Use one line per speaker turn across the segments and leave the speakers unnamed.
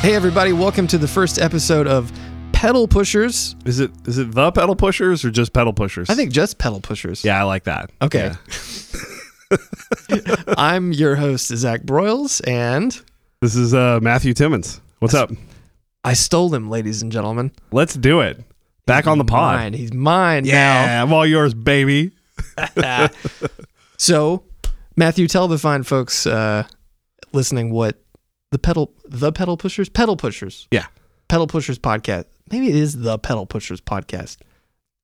Hey, everybody, welcome to the first episode of Pedal Pushers.
Is it is it the pedal pushers or just pedal pushers?
I think just Pedal Pushers.
Yeah, I like that.
Okay.
Yeah.
I'm your host, Zach Broyles, and
This is uh, Matthew Timmons. What's up?
I stole him, ladies and gentlemen.
Let's do it. Back on the pod.
Mine. He's mine now.
Yeah, I'm all yours, baby.
So, Matthew, tell the fine folks uh, listening what the pedal, the pedal pushers, pedal pushers,
Yeah.
pedal pushers podcast. Maybe it is the pedal pushers podcast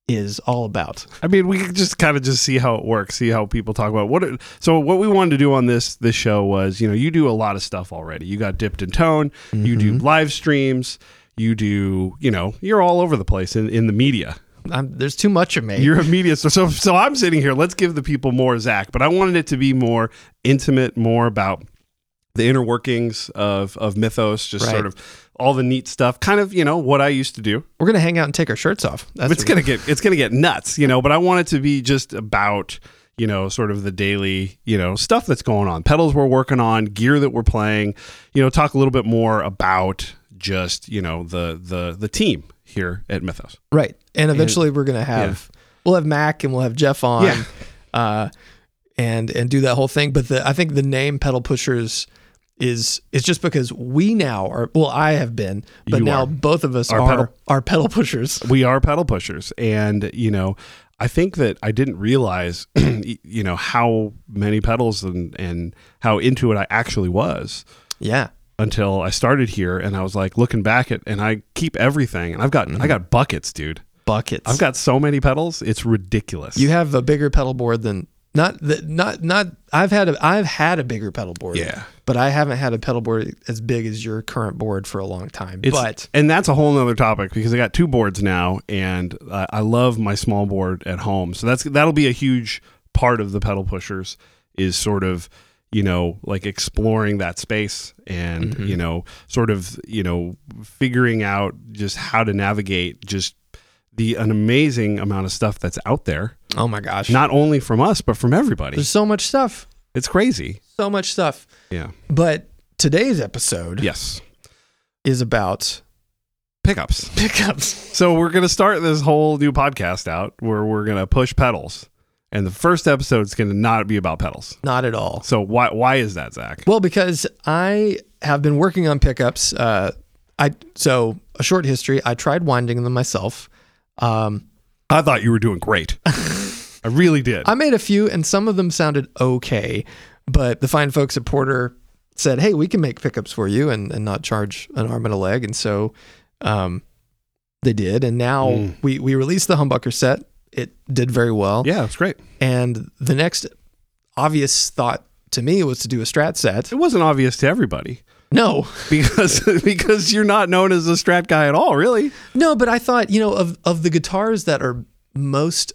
is all about.
I mean, we could just kind of just see how it works, see how people talk about what. It, so, what we wanted to do on this this show was, you know, you do a lot of stuff already. You got dipped in tone. You do
Mm-hmm.
live streams. You do, you know, you're all over the place in, in the media.
I'm, there's too much of me.
You're a media so, so so I'm sitting here. Let's give the people more Zach, but I wanted it to be more intimate, more about the inner workings of of Mythos, just
Right.
sort of all the neat stuff. Kind of you know what I used to do.
We're gonna hang out and take our shirts off. That's
It's
what-
gonna get it's gonna get nuts, you know. But I want it to be just about you know sort of the daily you know stuff that's going on, pedals we're working on, gear that we're playing. You know, talk a little bit more about just you know the the the team here at Mythos.
Right. And eventually we're gonna have we'll have Mac and we'll have Jeff on.
Yeah.
Uh and and do that whole thing. But the I think the name pedal pushers is is just because we now are well, I have been, but
You
now
are.
both of us are are pedal,
pedal-
pushers.
we are pedal pushers and you know i think that i didn't realize y- you know how many pedals and and how into it i actually was
Yeah.
until i started here and i was like looking back at and i keep everything and i've got i got buckets dude
Buckets.
i've got so many pedals it's ridiculous
you have a bigger pedal board than not the, not not I've had a I've had a bigger pedal board.
Yeah.
But I haven't had a pedal board as big as your current board for a long time.
It's-
but
and that's a whole nother topic because I got two boards now, and uh, I love my small board at home. So that's that'll be a huge part of the pedal pushers is sort of you know like exploring that space and
Mm-hmm.
you know sort of you know figuring out just how to navigate just the an amazing amount of stuff that's out there
oh my gosh.
not only from us but from everybody
there's so much stuff.
it's crazy
So much stuff.
yeah
But today's episode
yes
is about
pickups
pickups.
So we're gonna start this whole new podcast out where we're gonna push pedals, and the first episode's gonna not be about pedals.
Not at all.
So why why is that, Zach?
Well, because I have been working on pickups. Uh, I so a short history. I tried winding them myself. Um,
I thought you were doing great. I really did.
I made a few, and some of them sounded okay. But the fine folks at Porter said, "Hey, we can make pickups for you and, and not charge an arm and a leg." And so um, they did. And now we we released the humbucker set. It did very well.
yeah, it's great.
And the next obvious thought to me was to do a strat set.
It wasn't obvious to everybody
No,
because because you're not known as a strat guy at all, really.
no, but I thought, you know, of, of the guitars that are most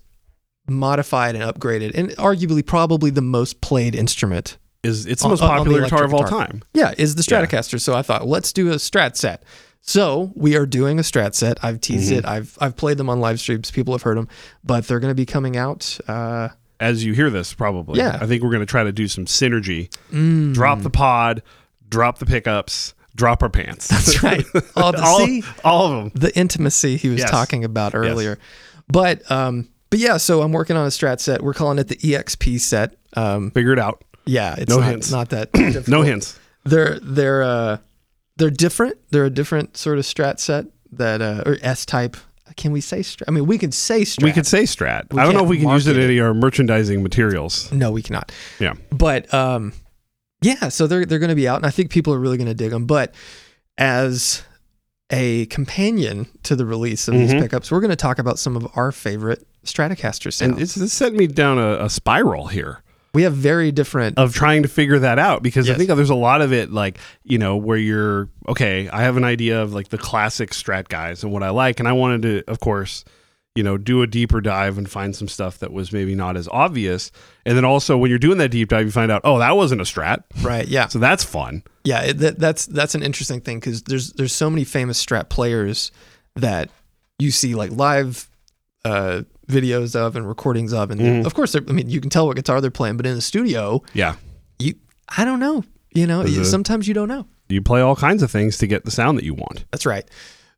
modified and upgraded, and arguably probably the most played instrument,
Is it's the
On-
most
on the
popular guitar
electric
of all
guitar.
time.
yeah, is the Stratocaster. So I thought, let's do a strat set. So we are doing a strat set. I've teased it. I've I've played them on live streams. People have heard them, but they're going to be coming out. Uh,
As you hear this, probably.
Yeah.
I think we're gonna try to do some synergy. Drop the pod, drop the pickups, drop our pants.
that's right. All the,
all,
see?
all of them.
the intimacy he was
Yes.
talking about earlier. But um, but yeah, so I'm working on a strat set. We're calling it the EXP set. Um,
Figure it out.
yeah, it's
No
not,
hints.
not that difficult.
No hints.
They're they're uh, they're different. They're a different sort of strat set that uh, or S type. Can we say strat? I mean, we can say strat.
We could say strat. I don't know
can't
if we can use it
market
in any of our merchandising materials.
No, we cannot.
Yeah.
But um, yeah, so they're they're going to be out, and I think people are really going to dig them. But as a companion to the release of these
Mhm.
pickups, we're going to talk about some of our favorite Stratocaster sounds.
And it's, it's sent me down a, a spiral here
we have very different
of trying to figure that out because
Yes.
I think there's a lot of it, like, you know, where you're, okay, I have an idea of like the classic strat guys and what I like. And I wanted to, of course, you know, do a deeper dive and find some stuff that was maybe not as obvious. And then also when you're doing that deep dive, you find out, oh, that wasn't a strat.
right yeah
So that's fun.
yeah it, that, that's that's an interesting thing because there's there's so many famous strat players that you see like live uh videos of and recordings of and of course they're- i mean you can tell what guitar they're playing but in the studio
Yeah.
you i don't know you know
There's a-
sometimes you don't know
you play all kinds of things to get the sound that you want.
That's right.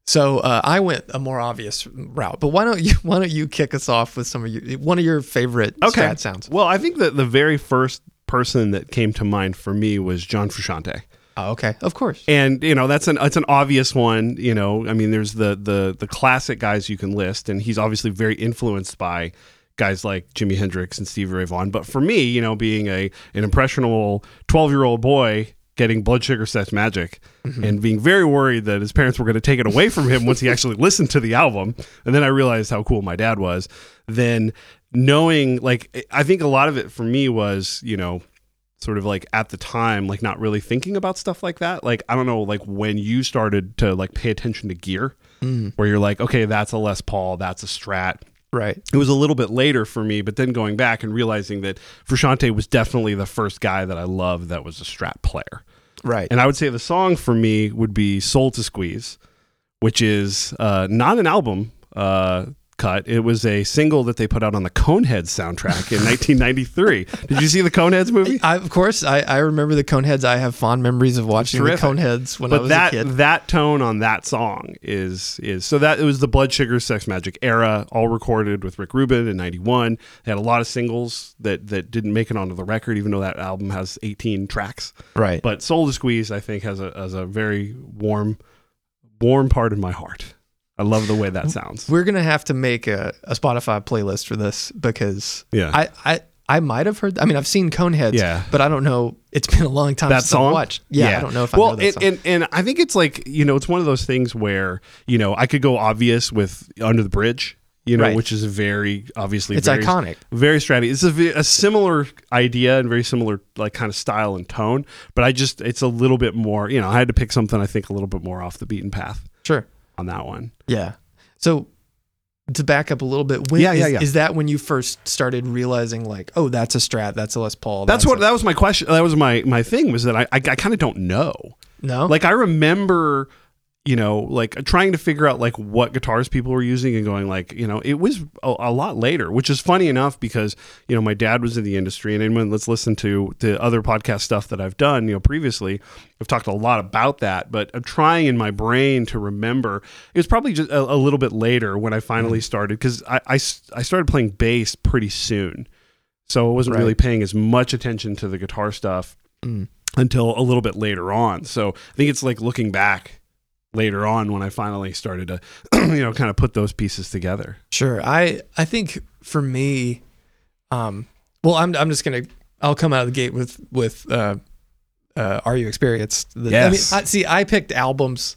So uh, I went a more obvious route, but why don't you why don't you kick us off with some of your one of your favorite strat sounds?
Well, I think that the very first person that came to mind for me was John Frusciante.
Oh, okay, of course.
And you know that's an it's an obvious one. You know, I mean, there's the the the classic guys you can list, and he's obviously very influenced by guys like Jimi Hendrix and Stevie Ray Vaughan. But for me, you know, being a an impressionable twelve year old boy getting blood sugar sex magic and being very worried that his parents were going to take it away from him once he actually listened to the album and then i realized how cool my dad was then knowing like i think a lot of it for me was you know sort of like at the time like not really thinking about stuff like that like i don't know like when you started to like pay attention to gear where you're like okay that's a les paul that's a strat
Right.
it was a little bit later for me, but then going back and realizing that Frusciante was definitely the first guy that I loved that was a strat player.
Right.
And I would say the song for me would be Soul to Squeeze, which is uh, not an album uh, cut. It was a single that they put out on the Coneheads soundtrack in 1993. Did you see the Coneheads movie?
I, of course, I, I remember the Coneheads. I have fond memories of watching the
terrific.
Coneheads when I
but
was
that
a kid.
that tone on that song is is so that it was the Blood Sugar Sex Magic era, all recorded with Rick Rubin in '91. They had a lot of singles that that didn't make it onto the record, even though that album has 18 tracks.
Right.
But Soul to Squeeze, I think, has a has a very warm warm part of my heart. I love the way that sounds.
We're gonna have to make a, a Spotify playlist for this because
Yeah.
I, I I might have heard. I mean, I've seen Coneheads,
Yeah.
but I don't know. It's been a long time
that
since
song.
I watched. Yeah, I don't know if I
well,
know that
and,
song.
and and I think it's like you know, it's one of those things where you know I could go obvious with Under the Bridge, you know,
Right.
which is very obviously
It's
very,
iconic.
very strategy. It's a, ve- a similar idea and very similar like kind of style and tone, but I just it's a little bit more. You know, I had to pick something I think a little bit more off the beaten path
Sure.
on that one.
Yeah. So to back up a little bit, when,
Yeah, yeah,
is,
yeah.
is that when you first started realizing like, oh, that's a Strat, that's a Les Paul?
That's what
a-
that was my question. That was my my thing was that I I, I kind of don't know.
no.
like i remember you know like trying to figure out like what guitars people were using and going like you know it was a, a lot later which is funny enough because you know my dad was in the industry and anyone let's listen to the other podcast stuff that i've done you know previously i've talked a lot about that but i'm trying in my brain to remember it was probably just a, a little bit later when i finally started because I, I s- I started playing bass pretty soon so I wasn't
Right.
really paying as much attention to the guitar stuff
Mm.
until a little bit later on. So I think it's like looking back later on when I finally started to, you know, kind of put those pieces together.
Sure. I I think for me, um, well, I'm I'm just gonna I'll come out of the gate with with uh, uh, Are You Experienced? The,
Yes.
I mean, I, see, I picked albums.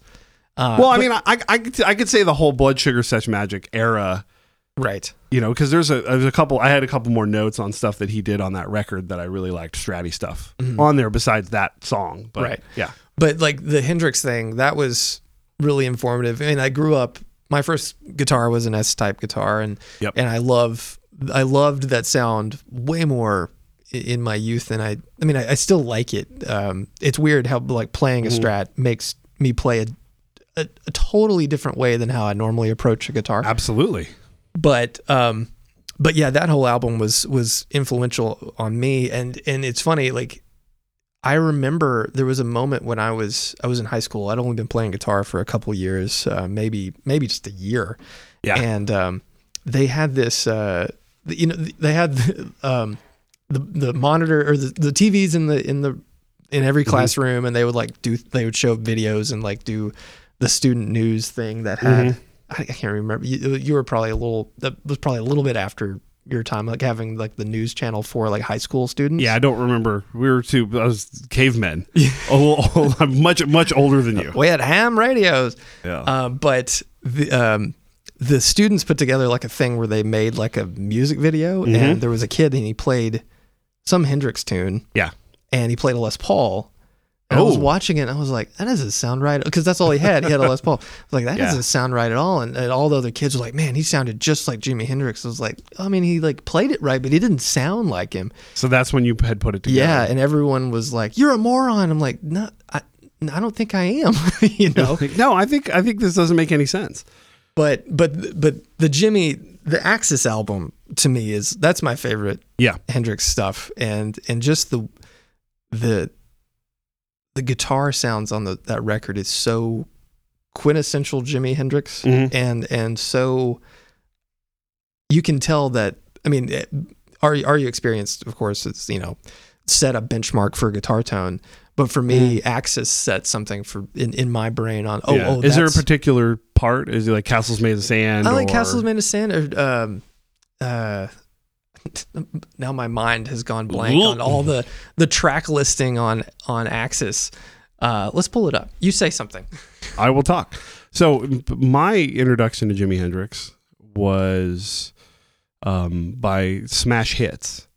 Uh,
well, I mean, I, I, I, could, I could say the whole Blood Sugar Sex Magic era,
right.
you know, because there's a there's a couple. I had a couple more notes on stuff that he did on that record that I really liked Stratty stuff on there besides that song. But
Right.
Yeah.
But like the Hendrix thing, that was really informative. I mean, I grew up. My first guitar was an S type guitar, and
Yep.
and I love I loved that sound way more i- in my youth than I. I mean, I, I still like it. Um, it's weird how like playing a Strat makes me play a, a a totally different way than how I normally approach a guitar
Absolutely.
but um but yeah that whole album was was influential on me and and it's funny like i remember there was a moment when i was i was in high school i'd only been playing guitar for a couple years uh, maybe maybe just a year
Yeah.
and um they had this uh th- you know th- they had um the the monitor or the, the TVs in the in the in every classroom and they would like do they would show videos and like do the student news thing that had I, I can't remember you, you were probably a little that was probably a little bit after your time like having like the news channel for like high school students
Yeah, I don't remember. We were two. I was cavemen. oh, I'm much much older than you.
we had ham radios
Yeah.
Uh, but the um, the students put together like a thing where they made like a music video,
Mm-hmm.
and there was a kid and he played some Hendrix tune,
yeah.
and he played a Les Paul. And I was
Oh.
watching it, and I was like, "That doesn't sound right," because that's all he had. He had a Les Paul. I was like, "That
Yeah.
doesn't sound right at all." And, and all the other kids were like, "Man, he sounded just like Jimi Hendrix." I was like, "I mean, he like played it right, but he didn't sound like him."
So that's when you had put it together.
Yeah, and everyone was like, "You're a moron." I'm like, "No, I, I don't think I am." you know.
Like, no, I think I think this doesn't make any sense.
but but but the Jimmy the Axis album to me is that's my favorite
Yeah.
Hendrix stuff and and just the the the guitar sounds on the that record is so quintessential Jimi Hendrix
Mhm.
and and so you can tell that I mean it- are you- are you experienced of course it's you know set a benchmark for guitar tone but for me Axis set something for in, in my brain on oh
Mm. Yeah.
oh
is there a
that's-
particular part? Is it like Castles Made of Sand?
I like
or-
Castles Made of Sand. Or, um, uh, now my mind has gone blank on all the the track listing on on Axis. Uh, let's pull it up. You say something.
I will talk. So m- my introduction to Jimi Hendrix was um, by smash hits.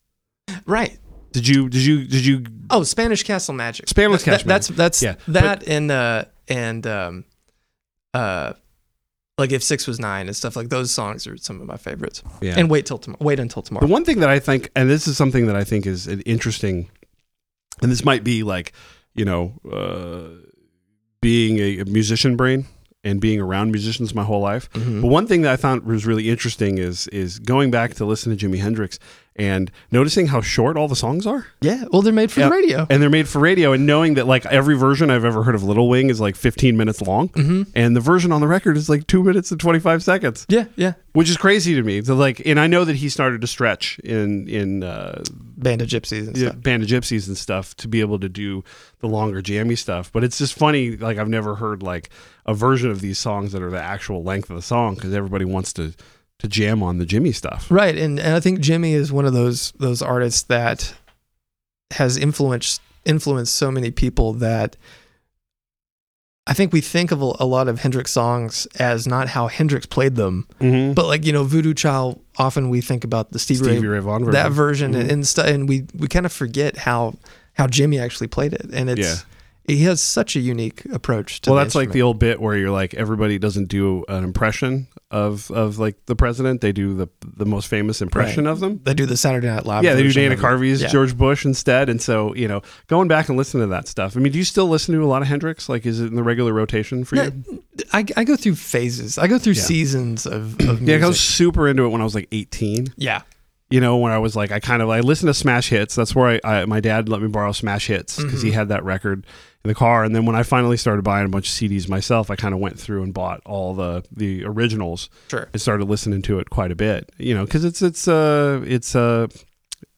Right.
Did you? Did you? Did you?
Oh, Spanish Castle Magic.
Spanish
Th-
Castle
That's that's
Yeah, but-
that and uh and um uh like if six was nine and stuff like those songs are some of my favorites.
Yeah.
And wait till tomorrow. Wait until
The
tomorrow.
one thing that I think, and this is something that I think is an interesting, and this might be like, you know, uh, being a, a musician brain and being around musicians my whole life.
Mhm.
But one thing that I found was really interesting is is going back to listen to Jimi Hendrix and noticing how short all the songs are,
Yeah. Well, they're made for
Yeah.
the radio.
and they're made for radio, and knowing that like every version I've ever heard of Little Wing is like 15 minutes long, and the version on the record is like two minutes and 25 seconds
Yeah. Yeah.
which is crazy to me. So like, and I know that he started to stretch in in uh,
Band of Gypsies and stuff.
Band of Gypsies and stuff to be able to do the longer jammy stuff. But it's just funny. Like I've never heard like a version of these songs that are the actual length of the song because everybody wants to to jam on the Jimmy stuff.
Right, and and I think Jimmy is one of those those artists that has influenced influenced so many people that I think we think of a, a lot of Hendrix songs as not how Hendrix played them,
Mm-hmm.
but like you know, Voodoo Child. Often we think about the Stevie,
Stevie
Ray,
Ray Vaughan version.
that version
Mhm.
and and, stu- and we we kind of forget how how Jimmy actually played it, and it's he has such a unique approach to.
well,
the
that's like the
instrument.
old bit where you're like everybody doesn't do an impression of of like the president; they do the the most famous impression of them.
they do the Saturday Night Live.
yeah, they do
version
Dana
of it.
Carvey's
Yeah.
George Bush instead, and so you know, going back and listening to that stuff. I mean, do you still listen to a lot of Hendrix? Like, is it in the regular rotation for you?
I, I go through phases. I go through
Yeah.
seasons of, of
Yeah,
music.
I was super into it when I was like 18.
Yeah.
You know, when I was like, I kind of I listened to Smash Hits. That's where I, I my dad let me borrow Smash Hits because he
Mm-hmm.
had that record in the car. And then when I finally started buying a bunch of CDs myself, I kind of went through and bought all the the originals
Sure.
and started listening to it quite a bit. You know, because it's it's uh it's uh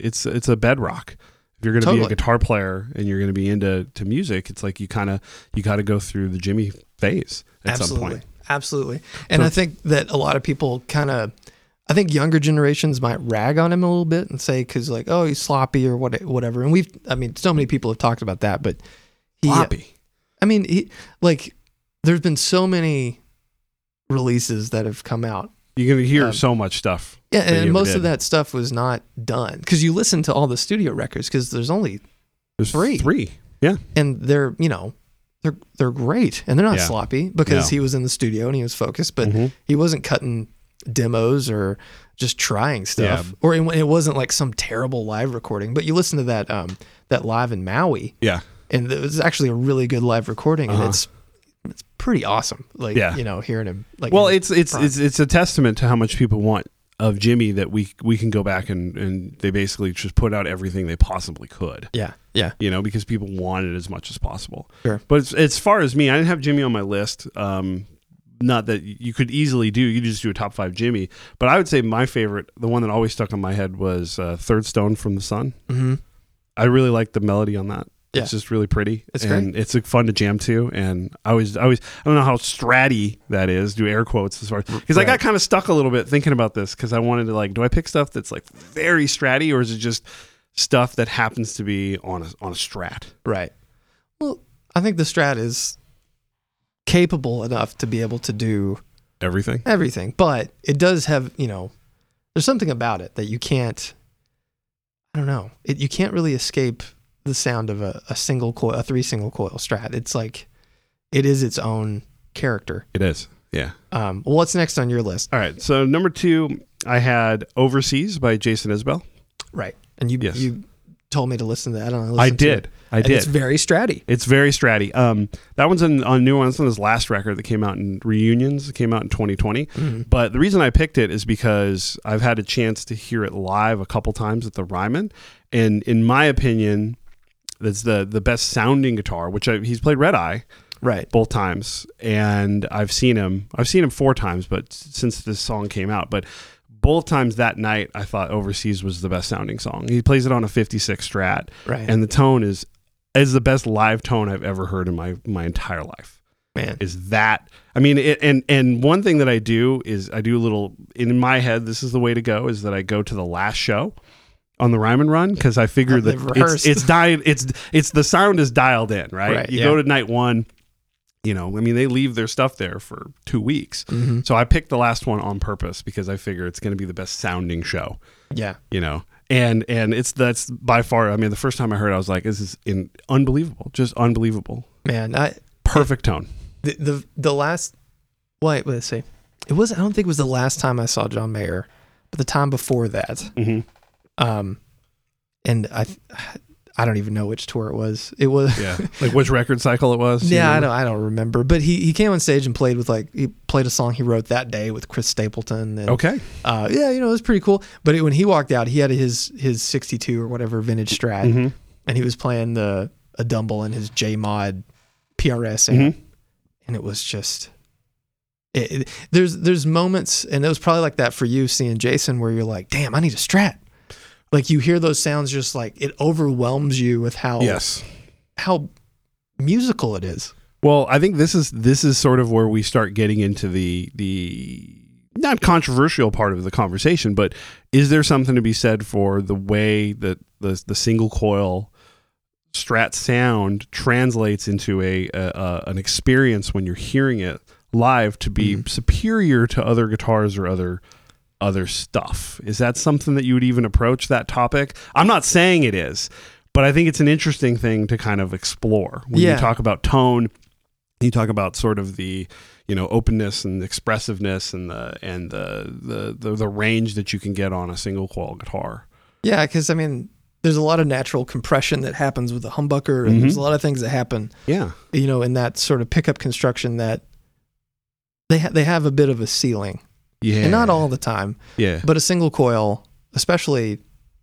it's it's a bedrock. If you're going to be a
Totally.
guitar player and you're going to be into to music, it's like you kind of you got to go through the Jimmy phase at
Absolutely.
some point.
Absolutely. And
So-
I think that a lot of people kind of, I think younger generations might rag on him a little bit and say, cause like, oh, he's sloppy or what, whatever. And we've, I mean, so many people have talked about that, but he,
Floppy.
I mean, he, like, there's been so many releases that have come out.
You're going to hear
Um,
so much stuff.
Yeah.
that he
And
ever
most
did.
of that stuff was not done. Cause you listen to all the studio records, cause there's only,
There's
three.
Three. Yeah.
and they're, you know, they're, they're great and they're not
Yeah.
sloppy because
No.
he was in the studio and he was focused, but
Mhm.
he wasn't cutting demos or just trying stuff
Yeah.
or it, it wasn't like some terrible live recording but you listen to that um that live in maui
Yeah.
and it was actually a really good live recording and
Uh-huh.
it's it's pretty awesome like
Yeah.
you know hearing him like
Well, it's it's
Prime.
it's it's a testament to how much people want of Jimmy that we we can go back and and they basically just put out everything they possibly could.
yeah yeah
you know, because people want it as much as possible.
Sure.
But as, as far as me, I didn't have Jimmy on my list. Um, not that you could easily do, you just do a top five Jimmy. But I would say my favorite, the one that always stuck on my head was uh, Third Stone from the Sun.
hmm
I really like the melody on that.
Yeah.
It's just really pretty.
It's
and it's like, fun to jam to. And I always, I always, I don't know how stratty that is. Do air quotes as far because I got
Right.
kind of stuck a little bit thinking about this because I wanted to like, do I pick stuff that's like very stratty or is it just stuff that happens to be on a on a strat?
right well i think the strat is capable enough to be able to do
Everything.
everything, but it does have you know, there's something about it that you can't. I don't know. It, you can't really escape the sound of a, a single coil, a three single coil strat. It's like it is its own character.
It is. Yeah.
Um, well, what's next on your list?
All right. So number two, I had Overseas by Jason Isbell.
Right, and you
Yes.
you told me to listen to that. And I,
I
listened to
did.
it.
I
And
did.
It's very stratty.
It's very stratty. Um, that one's on, on new one. That's on his last record that came out in reunions. It came out in 2020. But the reason I picked it is because I've had a chance to hear it live a couple times at the Ryman, and in my opinion, That's the the best sounding guitar, which I, he's played Red Eye
Right.
both times, and I've seen him. I've seen him four times, but s- since this song came out, but both times that night, I thought Overseas was the best sounding song. He plays it on a '56 Strat,
Right.
and the tone is is the best live tone I've ever heard in my my entire life
man.
is that i mean it, and and one thing that i do is i do a little in my head this is the way to go is that i go to the last show on the Ryman run because i figure
They've
that it's
rehearsed.
it's dialed it's it's the sound is dialed in right,
Right,
you
yeah.
go to night one you know i mean they leave their stuff there for two weeks
Mhm.
so i picked the last one on purpose because i figure it's going to be the best sounding show
Yeah.
you know and and it's that's by far i mean the first time i heard it, i was like this is in, unbelievable just unbelievable
Man. I
perfect tone
the the, the last wait, let's see. It was I don't think it was the last time I saw John Mayer, but the time before that.
Mhm.
Um and I I don't even know which tour it was. It was
Yeah. Like which record cycle it was? you
Yeah, I
know?
don't, I don't remember. But he, he came on stage and played with like he played a song he wrote that day with Chris Stapleton. And,
Okay.
Uh, yeah, you know it was pretty cool. But it, when he walked out, he had his his '62 or whatever vintage Strat,
Mm-hmm.
and he was playing the a Dumble in his J Mod PRS, amp,
Mm-hmm.
and it was just. It, it- there's there's moments, and it was probably like that for you seeing Jason, where you're like, "Damn, I need a Strat." Like you hear those sounds, just like it overwhelms you with how
Yes.
how musical it is.
Well, I think this is this is sort of where we start getting into the the not controversial part of the conversation, but is there something to be said for the way that the the single coil strat sound translates into a, a, a an experience when you're hearing it live to be
Mm-hmm.
superior to other guitars or other other stuff. Is that something that you would even approach that topic? I'm not saying it is, but I think it's an interesting thing to kind of explore when
Yeah.
you talk about tone. You talk about sort of the you know openness and expressiveness and the and the the the, the range that you can get on a single coil guitar.
Yeah, because I mean, there's a lot of natural compression that happens with the humbucker, and
Mm-hmm.
there's a lot of things that happen,
Yeah.
you know, in that sort of pickup construction that they ha- they have a bit of a ceiling,
Yeah.
and not all the time,
Yeah.
but a single coil, especially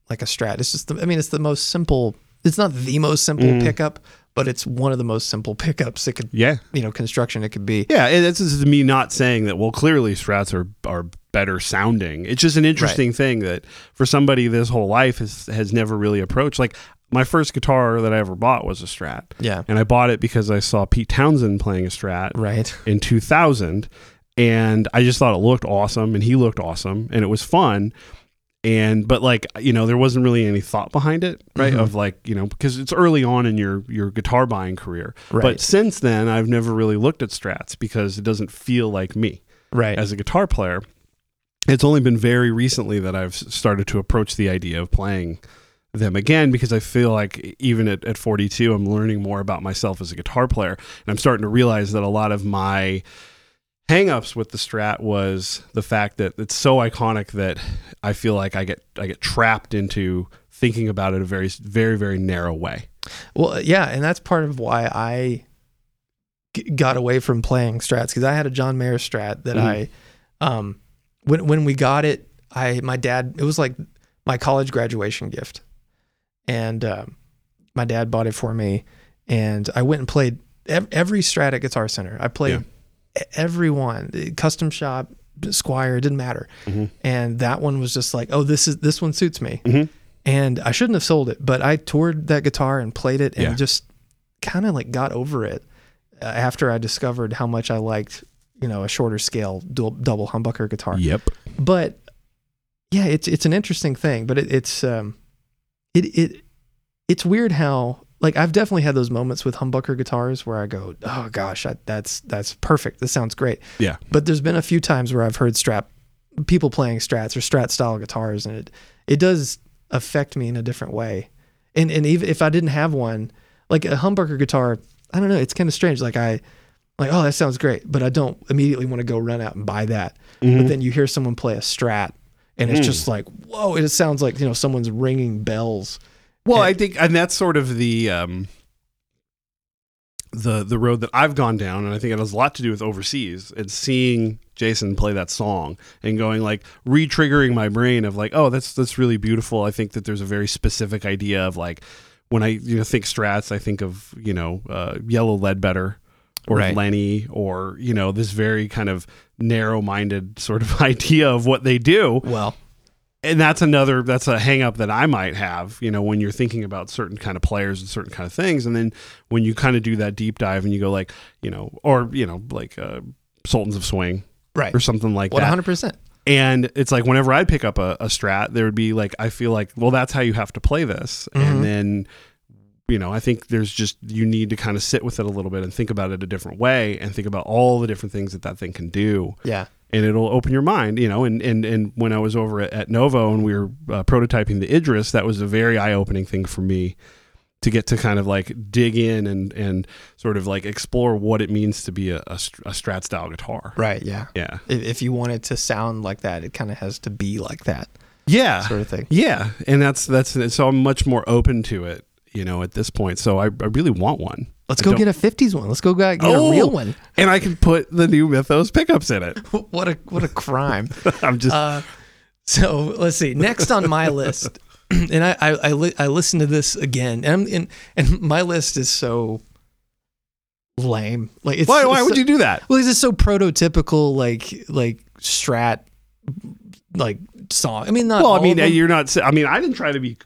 like a Strat, it's just the, I mean, it's the most simple. It's not the most simple pickup, but it's one of the most simple pickups that could,
Yeah.
you know, construction it could be.
Yeah, and this is me not saying that. Well, clearly strats are are better sounding. It's just an interesting thing that for somebody this whole life has has never really approached. Like my first guitar that I ever bought was a Strat,
Yeah,
and I bought it because I saw Pete Townsend playing a Strat
right.
in 2000, and I just thought it looked awesome, and he looked awesome, and it was fun. And but like you know, there wasn't really any thought behind it, right?
Mhm.
Of like you know, because it's early on in your your guitar buying career. But
Right.
since then, I've never really looked at strats because it doesn't feel like me
right.
as a guitar player. It's only been very recently that I've s- started to approach the idea of playing them again because I feel like e-, even at, at 42, I'm learning more about myself as a guitar player. And I'm starting to realize that a lot of my hangups with the strat was the fact that it's so iconic that I feel like I get I get trapped into thinking about it a very very very narrow way.
Well, yeah, and that's part of why I g- got away from playing strats because I had a John Mayer strat that
Mhm.
I, um, when when we got it, I my dad it was like my college graduation gift, and um, my dad bought it for me, and I went and played ev- every strat at Guitar Center. I played e- every one, the custom shop, Squire, it didn't matter, and that one was just like, oh, this is this one suits me and I shouldn't have sold it, but I toured that guitar and played it and
Yeah.
just kind of like got over it uh, after I discovered how much I liked, you know, a shorter scale dual, double humbucker guitar.
Yep.
But yeah, it's it's an interesting thing, but it, it's um, it it it's weird how like I've definitely had those moments with humbucker guitars where I go, oh gosh, I, that's that's perfect. This sounds great.
Yeah.
But there's been a few times where I've heard strap people playing strats or strat style guitars, and it it does affect me in a different way. And and even if I didn't have one, like a humbucker guitar, I don't know. It's kind of strange. Like I, like oh that sounds great, but I don't immediately want to go run out and buy that. But then you hear someone play a strat, and it's just like whoa! It sounds like you know someone's ringing bells.
Well,
And-
I think, and that's sort of the um, the the road that I've gone down, and I think it has a lot to do with overseas and seeing Jason play that song and going like re-triggering my brain of like, oh, that's that's really beautiful. I think that there's a very specific idea of like when I you know think Strats, I think of you know uh, Yellow Ledbetter or
Right.
Lenny or you know this very kind of narrow-minded sort of idea of what they do
Well,
and that's another that's a hang up that I might have, you know, when you're thinking about certain kind of players and certain kind of things. And then when you kind of do that deep dive and you go like, you know, or you know, like uh Sultans of Swing
right.
or something like
One
that.
hundred percent.
And it's like whenever I'd pick up a, a strat, there would be like I feel like, well, that's how you have to play this.
Mhm.
And then you know, I think there's just you need to kind of sit with it a little bit and think about it a different way and think about all the different things that that thing can do
Yeah.
and it'll open your mind, you know. And and and when I was over at, at Novo and we were uh, prototyping the Idris, that was a very eye opening thing for me to get to kind of like dig in and and sort of like explore what it means to be a, a, str- a strat style guitar.
Right. Yeah.
Yeah.
If, if you want it to sound like that, it kind of has to be like that
Yeah.
sort of thing.
Yeah. And that's that's so I'm much more open to it, you know, at this point. So I, I really want one.
Let's
I
go
don't-
get a '50s one. Let's go get, get a real one.
and I can put the new Mythos pickups in it.
What a what a crime.
I'm just
Uh, so let's see. Next on my list, and I I, I, li- I listened to this again, and, I'm, and and my list is so lame. Like, it's,
why why
it's
would
so-
you do that?
Well, this is so prototypical, like like strat, like song. I mean, not
Well,
Uh, all
I
of
mean, uh,
them.
you're not. I mean, I didn't try to be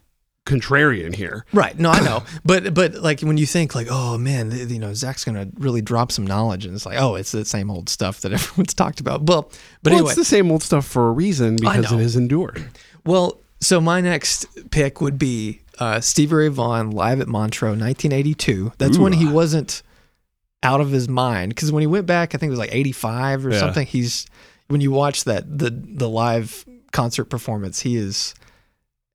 contrarian here.
Right. No, I know. but but like when you think like, oh man, th- you know, Zach's gonna really drop some knowledge, and it's like, oh, it's the same old stuff that everyone's talked about. Well, but
well,
anyway,
it's the same old stuff for a reason because
know.
it has endured.
well, so my next pick would be uh, Stevie Ray Vaughan live at Montreux, 1982. That's when
Ooh.
he wasn't out of his mind because when he went back, I think it was like 85 or
Yeah.
something. He's when you watch that the the live concert performance, he is.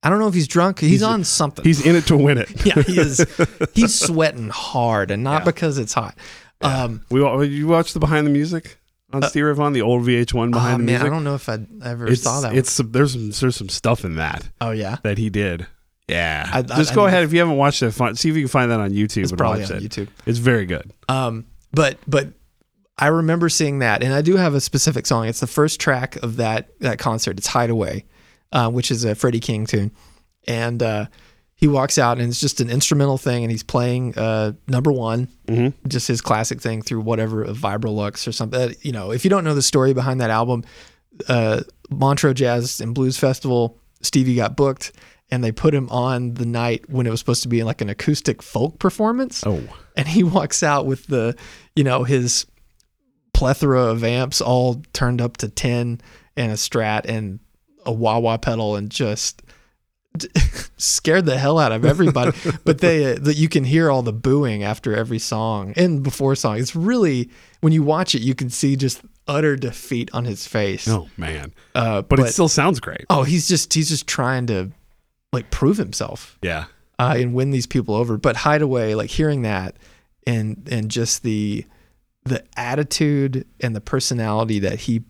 I don't know if he's drunk. He's, on something.
He's in it to win it.
yeah, he is. He's sweating hard, and not
Yeah.
because it's hot. Um,
We wa- you watch the behind the music on Steve Ray Vaughan, the old VH1 behind
Uh, oh,
the
man, I
music.
don't know if I ever
it's
saw that.
it's some, there's some there's some stuff in that
one. Oh yeah,
that he did. Yeah,
I- I-
just
I
go
need
ahead if you haven't watched it. Find, see if you can find that on YouTube
it's
and
probably
watch
on
it.
YouTube.
It's very good.
Um, but but I remember seeing that, and I do have a specific song. It's the first track of that that concert. It's Hideaway, uh, which is a Freddie King tune, and uh, he walks out, and it's just an instrumental thing, and he's playing uh, number one, just his classic thing through whatever a Vibrolux or something. Uh, you know, if you don't know the story behind that album, uh, Montreux Jazz and Blues Festival, Stevie got booked. And they put him on the night when it was supposed to be like an acoustic folk performance
Oh,
and he walks out with the you know his plethora of amps all turned up to 10 and a strat and a wah wah pedal and just d- scared the hell out of everybody but they uh, that you can hear all the booing after every song and before song it's really when you watch it you can see just utter defeat on his face
oh man,
uh,
but, it still sounds great.
oh he's just he's just trying to like prove himself
Yeah,
uh, and win these people over. But Hideaway, like hearing that, and and just the the attitude and the personality that he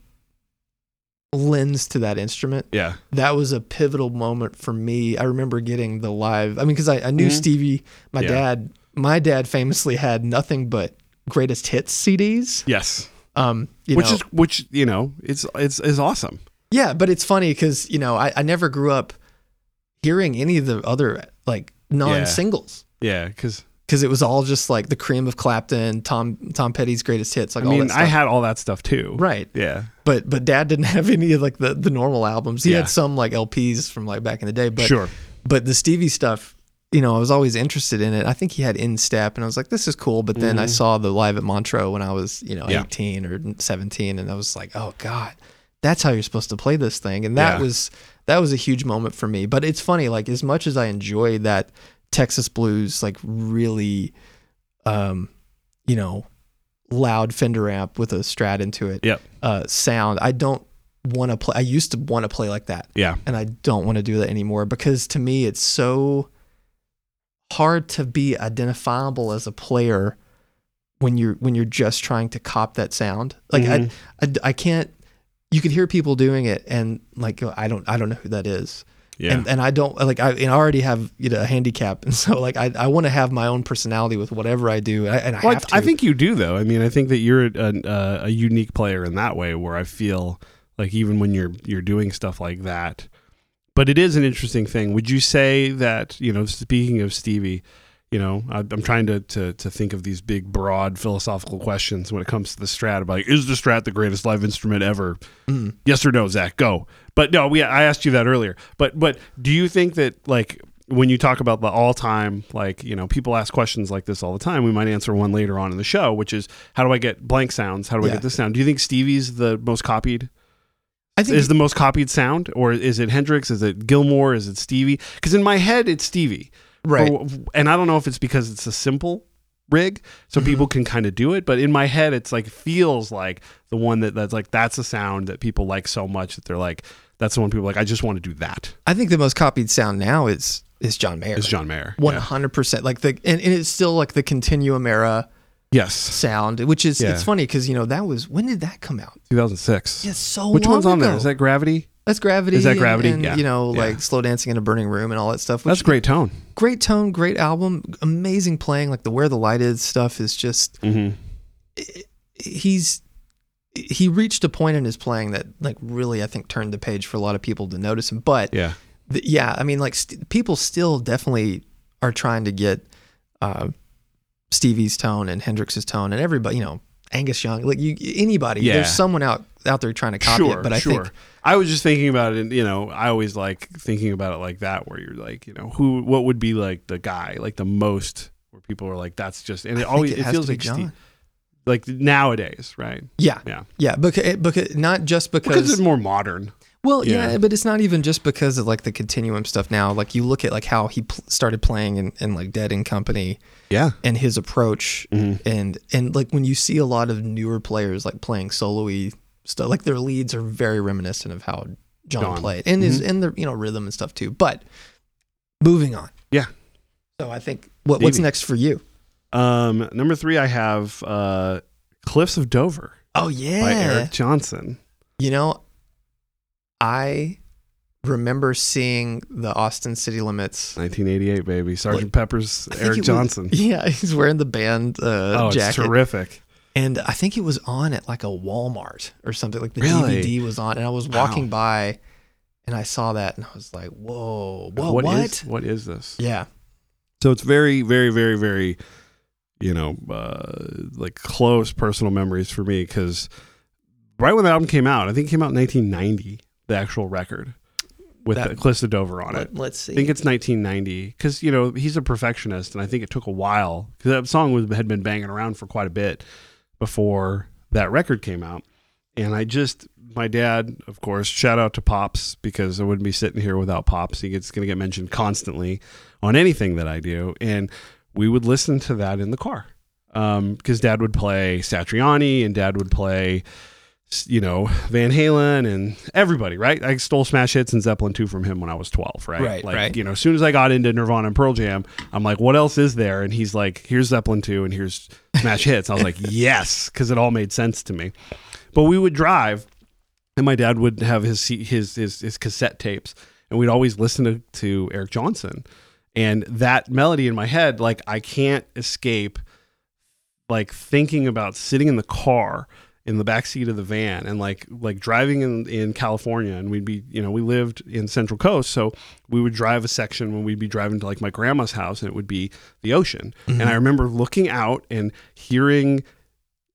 lends to that instrument,
yeah,
that was a pivotal moment for me. I remember getting the live. I mean, because I, I knew
Mhm.
Stevie, my
Yeah.
dad. My dad famously had nothing but greatest hits CDs.
yes.
Um, you
which
know,
is which you know it's it's is awesome.
Yeah, but it's funny because you know I, I never grew up hearing any of the other like non singles
Yeah, because
because it was all just like the cream of Clapton, Tom Tom Petty's greatest hits, like
I
all
mean
that
I
stuff.
had all that stuff too.
right,
Yeah.
but but Dad didn't have any of like the the normal albums. He
Yeah.
had some like LPs from like back in the day, but
sure.
but the Stevie stuff, you know, I was always interested in it. I think he had In Step, and I was like, this is cool. But then I saw the live at Montreux when I was, you know,
Mm-hmm. Yeah.
18 or 17, and I was like, oh God, that's how you're supposed to play this thing. And that
Yeah.
was that was a huge moment for me. But it's funny, like as much as I enjoy that Texas blues, like really, um, you know, loud Fender amp with a Strat into it,
Yep.
uh, sound. I don't want to play. I used to want to play like that
Yeah.
and I don't want to do that anymore because to me it's so hard to be identifiable as a player when you're when you're just trying to cop that sound. Like
Mhm.
I, I I can't. You could hear people doing it and like go, I don't I don't know who that is.
Yeah.
And and I don't like I and I already have you know a handicap and so like I I want to have my own personality with whatever I do and I, and I
Well,
have to.
I, I think you do though. I mean, I think that you're an, uh, a unique player in that way, where I feel like even when you're you're doing stuff like that, but it is an interesting thing. Would you say that you know? Speaking of Stevie, you know, I, I'm trying to, to to think of these big, broad philosophical questions when it comes to the Strat. About like, is the Strat the greatest live instrument ever? Yes or no, Zach? Go. But no, we I asked you that earlier. But but do you think that like when you talk about the all time, like you know, people ask questions like this all the time. We might answer one later on in the show, which is how do I get blank sounds? How do I
Yeah.
get this sound? Do you think Stevie's the most copied?
I think
is the most copied sound, or is it Hendrix? Is it Gilmore? Is it Stevie? Because in my head, it's Stevie.
right.
Or- and I don't know if it's because it's a simple rig, so
Mm-hmm.
people can kind of do it. But in my head, it's like feels like the one that that's like that's a sound that people like so much that they're like that's the one people are like. I just want to do that.
I think the most copied sound now is is John Mayer.
Is John Mayer?
One
Yeah.
hundred percent. Like the and, and it's still like the Continuum era
Yes,
sound, which is
Yeah.
it's funny because you know that was when did that come out?
2006.
Yes, so
Which
long
one's on
ago.
there? Is that Gravity?
That's gravity.
Is that
and-
Gravity?
And,
Yeah.
You know,
Yeah.
like slow dancing in a burning room and all that stuff. Which
That's great tone.
great tone, great album, amazing playing. Like the where the light is stuff is just
Mm-hmm.
he's he reached a point in his playing that like really I think turned the page for a lot of people to notice him. But
Yeah.
th- yeah, I mean, like st- people still definitely are trying to get uh, Stevie's tone and Hendrix's tone and everybody, you know, Angus Young, like you, anybody.
Yeah.
There's someone out out there trying to copy
sure,
it, but I
sure.
think
I was just thinking about it, and you know, I always like thinking about it like that, where you're like, you know, who, what would be like the guy, like the most, where people are like, that's just, and
I
it
think
always,
it
it,
has
feels
to be
like, Steve-
John.
like nowadays, right?
yeah,
Yeah,
yeah, because, because not just
because it's more modern.
Well, yeah.
Yeah.
but it's not even just because of like the continuum stuff now. Like you look at like how he pl- started playing in, in like Dead and Company
Yeah,
and his approach
Mhm.
and and like when you see a lot of newer players like playing solo-y stuff, like their leads are very reminiscent of how John,
John. Mm-hmm.
played and his and the you know rhythm and stuff too. But moving on.
Yeah.
So I think what, what's
Stevie.
next for you?
Um, number three, I have uh, Cliffs of Dover
Oh
by
yeah.
Eric Johnson.
You know, I remember seeing the Austin City Limits
1988, baby. Sergeant
Like-
Pepper's
I think it
Eric
was-
Johnson.
yeah, he's wearing the band uh,
oh, it's
jacket,
terrific.
and I think it was on at like a Walmart or something. Like the
Really?
DVD was on, and I was
Wow.
walking by, and I saw that, and I was like, "Whoa, whoa, what?"
What is- what is this?
yeah,
So it's very, very, very, very, you know, uh, like close personal memories for me because right when the album came out, I think it came out in 1990, the actual record with
That-
the Cliffs of Dover on it.
Let, us see.
I think it's 1990 because you know he's a perfectionist, and I think it took a while because that song was had been banging around for quite a bit before that record came out. And I just, my dad, of course, shout out to Pops because I wouldn't be sitting here without Pops. He gets going to get mentioned constantly on anything that I do, and we would listen to that in the car because Dad would play Satriani and Dad would play you know Van Halen and everybody, right? I stole Smash Hits and Zeppelin 2 from him when I was 12, right?
Right,
like,
right.
you know, as soon as I got into Nirvana and Pearl Jam, I'm like, what else is there? And he's like, here's Zeppelin 2 and here's Smash Hits. I was like, yes, because it all made sense to me. But we would drive and my dad would have his C- his his, his cassette tapes, and we'd always listen to, to Eric Johnson, and that melody in my head, like I can't escape, like thinking about sitting in the car in the back seat of the van and like like driving in in California and we'd be you know we lived in Central Coast so we would drive a section when we'd be driving to like my grandma's house and it would be the ocean and I remember looking out and hearing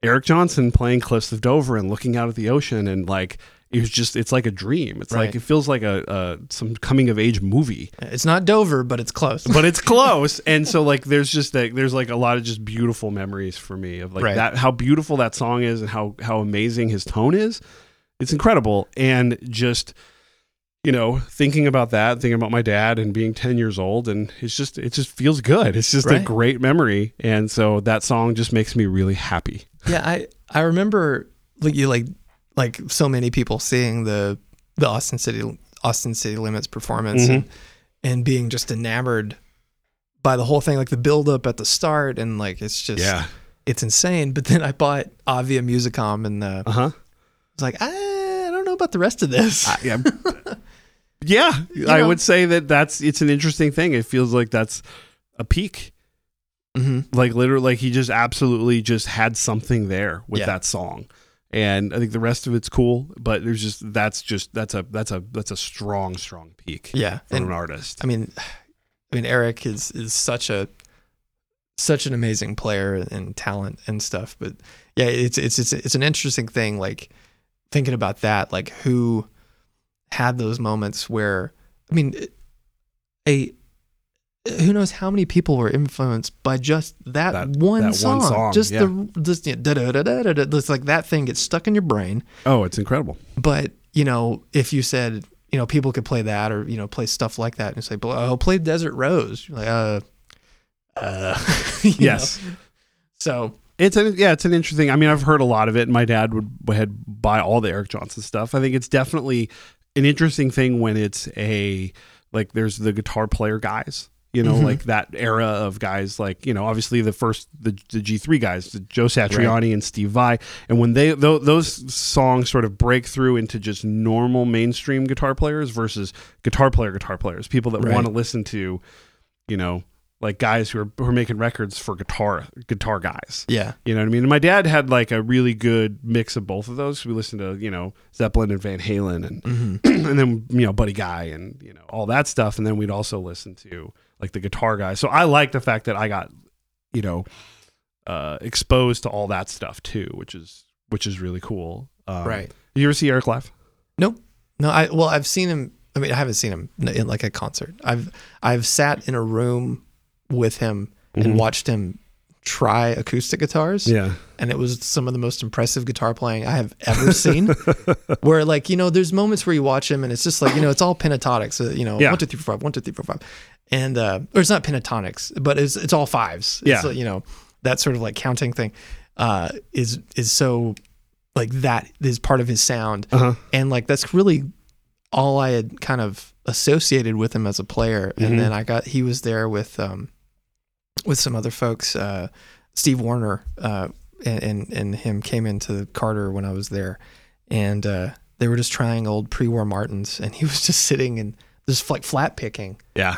Eric Johnson playing Cliffs of Dover and looking out at the ocean and like it was just it's like a dream. It's
Right.
like it feels like a, a some coming of age movie
it's not Dover, but it's close.
but it's close and so like there's just like there's like a lot of just beautiful memories for me of like
Right.
that how beautiful that song is and how how amazing his tone is it's incredible and just you know thinking about that thinking about my dad and being 10 years old and it's just it just feels good it's just
Right.
a great memory and so that song just makes me really happy
yeah, I I remember like you like like so many people seeing the the Austin City Austin City Limits performance
Mm-hmm.
and and being just enamored by the whole thing, like the build up at the start, and like it's just it's insane. But then I bought Avia Musicom and uh, I
uh-huh
was like, I don't know about the rest of this.
yeah yeah i
know.
would say that that's it's an interesting thing it feels like that's a peak
hmm
like literally like he just absolutely just had something there with
Yeah.
that song and I think the rest of it's cool. But there's just that's just that's a that's a that's a strong strong peak
Yeah.
from
And
an artist.
I mean, I mean, Eric is is such a such an amazing player and talent and stuff. But yeah, it's it's it's it's an interesting thing. Like thinking about that, like who had those moments where I mean, a who knows how many people were influenced by just that,
That-
one,
that one
song,
song,
just
yeah.
the just you know, da da da da da da. It's like that thing gets stuck in your brain
Oh, it's incredible.
but you know if you said you know people could play that or you know play stuff like that and say "Bl- oh play desert rose You're like uh uh you
Yes.
know? so
It's an yeah, it's an interesting. I mean, I've heard a lot of it. and My dad would had buy all the Eric Johnson stuff. I think it's definitely an interesting thing when it's a like there's the guitar player guys, you know,
Mhm.
like that era of guys like you know, obviously the first the the G three guys, the Joe Satriani and Steve Vai, and when they tho- those songs sort of break through into just normal mainstream guitar players versus guitar player guitar players, people that
Right.
want to listen to, you know. Like guys who are who are making records for guitar guitar guys,
yeah
you know what I mean? And my dad had like a really good mix of both of those. We listened to, you know, Zeppelin and Van Halen and
mm-hmm.
and then, you know, Buddy Guy and, you know, all that stuff. And then we'd also listen to like the guitar guy. So I like the fact that I got, you know, uh exposed to all that stuff too, which is which is really cool. Um,
Right.
You ever see Eric live?
no i well i've seen him i mean i haven't seen him in- in like a concert i've i've sat in a room with him
Mhm.
and watched him try acoustic guitars
Yeah.
and it was some of the most impressive guitar playing I have ever seen. where like you know, there's moments where you watch him and it's just like you know, it's all pentatonics. So, you know,
Yeah.
one two three four five, one two three four five, and uh, or it's not pentatonics, but it's it's all fives.
Yeah.
It's, uh, you know that sort of like counting thing uh, is is so like that is part of his sound,
Uh-huh.
and like that's really all I had kind of associated with him as a player.
Mhm.
And then I got he was there with um with some other folks. Uh, Steve Warner uh, and, and and him came into Carter when I was there, and uh, they were just trying old pre-war Martins, and he was just sitting and just like flat picking,
Yeah.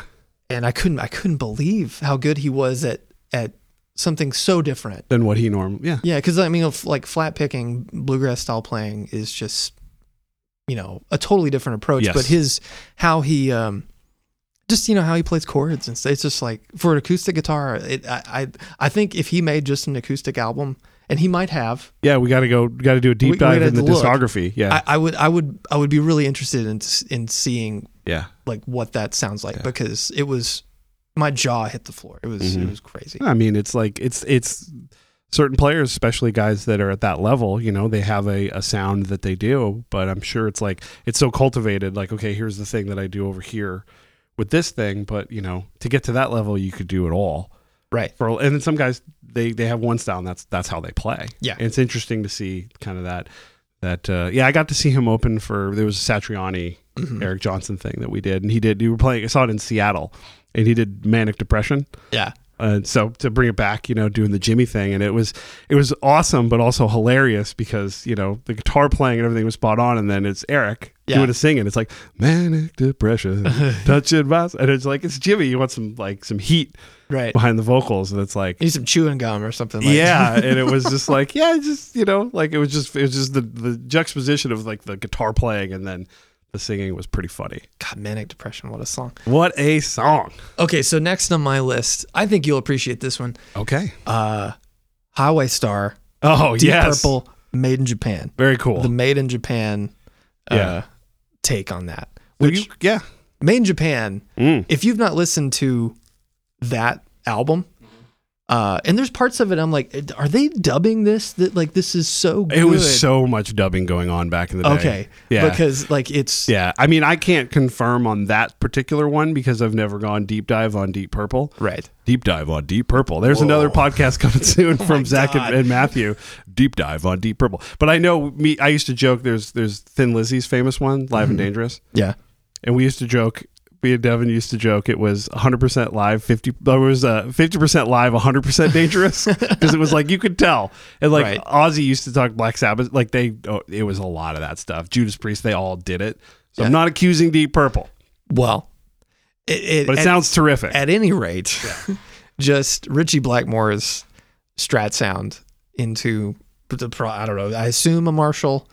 and I couldn't I couldn't believe how good he was at at something so different.
Than what he norm yeah.
Yeah, because I mean, if, like flat picking, bluegrass style playing is just, you know, a totally different approach.
Yes.
But his how he, um, just you know how he plays chords and stuff. It's just like for an acoustic guitar. It, I, I I think if he made just an acoustic album, and he might have,
Yeah, we gotta go gotta do a
We-
deep
we
dive
gotta
in the
look.
discography. Yeah.
I, I would I would I would be really interested in s- in seeing
yeah.
like what that sounds like
Yeah.
because it was my jaw hit the floor. It was it
Mhm.
was crazy.
I mean, it's like it's it's certain players, especially guys that are at that level. You know, they have a, a sound that they do, but I'm sure it's like it's so cultivated. Like, okay, here's the thing that I do over here with this thing, but you know, to get to that level, you could do it all.
Right.
For, and then some guys they they have one style and that's that's how they play.
Yeah.
And it's interesting to see kind of that that uh, yeah, I got to see him open for there was a Satriani
Mhm.
Eric Johnson thing that we did and he did you were playing I saw it in Seattle and he did Manic Depression
Yeah.
uh, so to bring it back, you know, doing the Jimmy thing, and it was it was awesome, but also hilarious because you know the guitar playing and everything was spot on, and then it's Eric
Yeah.
doing a singing. It's like manic depression, touching my, and it's like it's Jimmy. You want some like some heat
Right.
behind the vocals, and it's like
Need some chewing gum or something. Like
yeah, and it was just like yeah, just you know, like it was just it was just the the juxtaposition of like the guitar playing and then the singing was pretty funny.
God, manic depression. What a song.
What a song!
Okay, so next on my list, I think you'll appreciate this one.
Okay,
Uh Highway Star,
oh
Deep
yes,
Purple, Made in Japan.
very cool.
The Made in Japan uh,
Yeah.
take on that.
Were
Which
you- yeah.
Made in Japan,
Mm.
if you've not listened to that album, uh, and there's parts of it I'm like, are they dubbing this? That like this is so good.
It was so much dubbing going on back in the day.
okay.
Yeah.
Because like it's
yeah. I mean, I can't confirm on that particular one because I've never gone deep dive on Deep Purple.
right.
Deep dive on Deep Purple. There's
Whoa. Oh
another podcast coming soon from Zach and,
God.
and Matthew. Deep dive on Deep Purple. But I know me. I used to joke. There's there's Thin Lizzy's famous one, Live
Mm-hmm.
and Dangerous,
Yeah.
and we used to joke. Me and Devin used to joke it was 100% live, 50. There was uh, 50% live, 100% dangerous because it was like you could tell. And like
Right.
Ozzy used to talk Black Sabbath, like they, oh, it was a lot of that stuff. Judas Priest, they all did it. So
Yeah.
I'm not accusing Deep Purple,
Well, it, it,
but it
and-
sounds terrific.
at any rate, just Richie Blackmore's strat sound into the pro- I don't know. I assume a Marshall,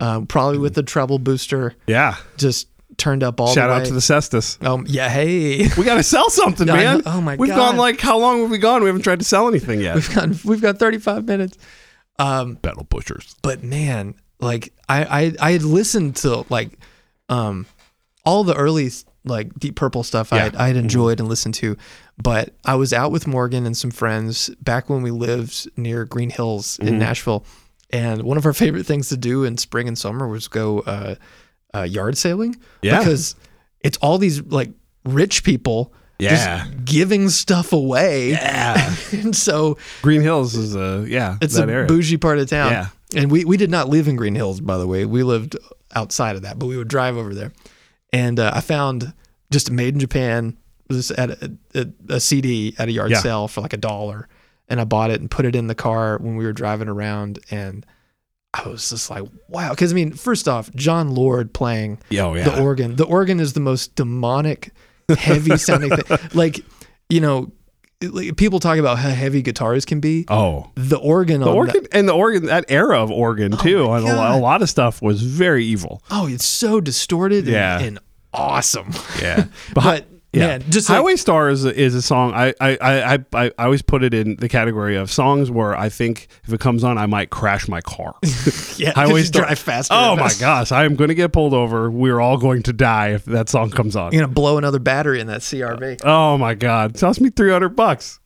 um, probably with the treble booster,
Yeah.
just turned up all
Mm-hmm. Shout
the way.
out to the Cestus.
um, yeah, hey,
We got to sell something,
I
man.
know. Oh my
We've
God.
gone like how long have we gone? We haven't tried to sell anything yet.
we've got we've got 35 minutes. Um,
Battle pushers.
but man, like I I I had listened to like um all the early like Deep Purple stuff I
Yeah. Mm-hmm.
had, I had enjoyed and listened to, but I was out with Morgan and some friends back when we lived near Green Hills
Mm-hmm.
in Nashville, and one of our favorite things to do in spring and summer was go uh, uh, yard sailing
Yeah.
because it's all these like rich people
Yeah.
just giving stuff away, yeah, and so
Green Hills is a yeah.
it's
that
a
area.
bougie part of town.
Yeah.
And we, we did not live in Green Hills, by the way. We lived outside of that, but we would drive over there. And uh, I found just Made in Japan was at a, a, a CD at a yard
Yeah.
sale for like a dollar. And I bought it and put it in the car when we were driving around. And I was just like, wow. Because, I mean, first off, John Lord playing
oh yeah.
the organ. The organ is the most demonic, heavy sounding thing. Like, you know, it- like, people talk about how heavy guitars can be
oh.
the organ
The
on
organ and the organ that era of organ too on a, lo- a
Um, Oh God.
lot of stuff was very evil.
oh, it's so distorted and,
Yeah.
and awesome.
Yeah.
But
Yeah.
man, just like,
Highway Star is a, is a song. I, I, I, I, I always put it in the category of songs where I think if it comes on, I might crash my car.
yeah, 'cause
Highway
you
Star.
drive faster.
oh
and
my
faster.
gosh, I am going to get pulled over. We're all going to die if that song comes on.
You're gonna blow another battery in that CRV.
Oh my god, it cost me three hundred bucks.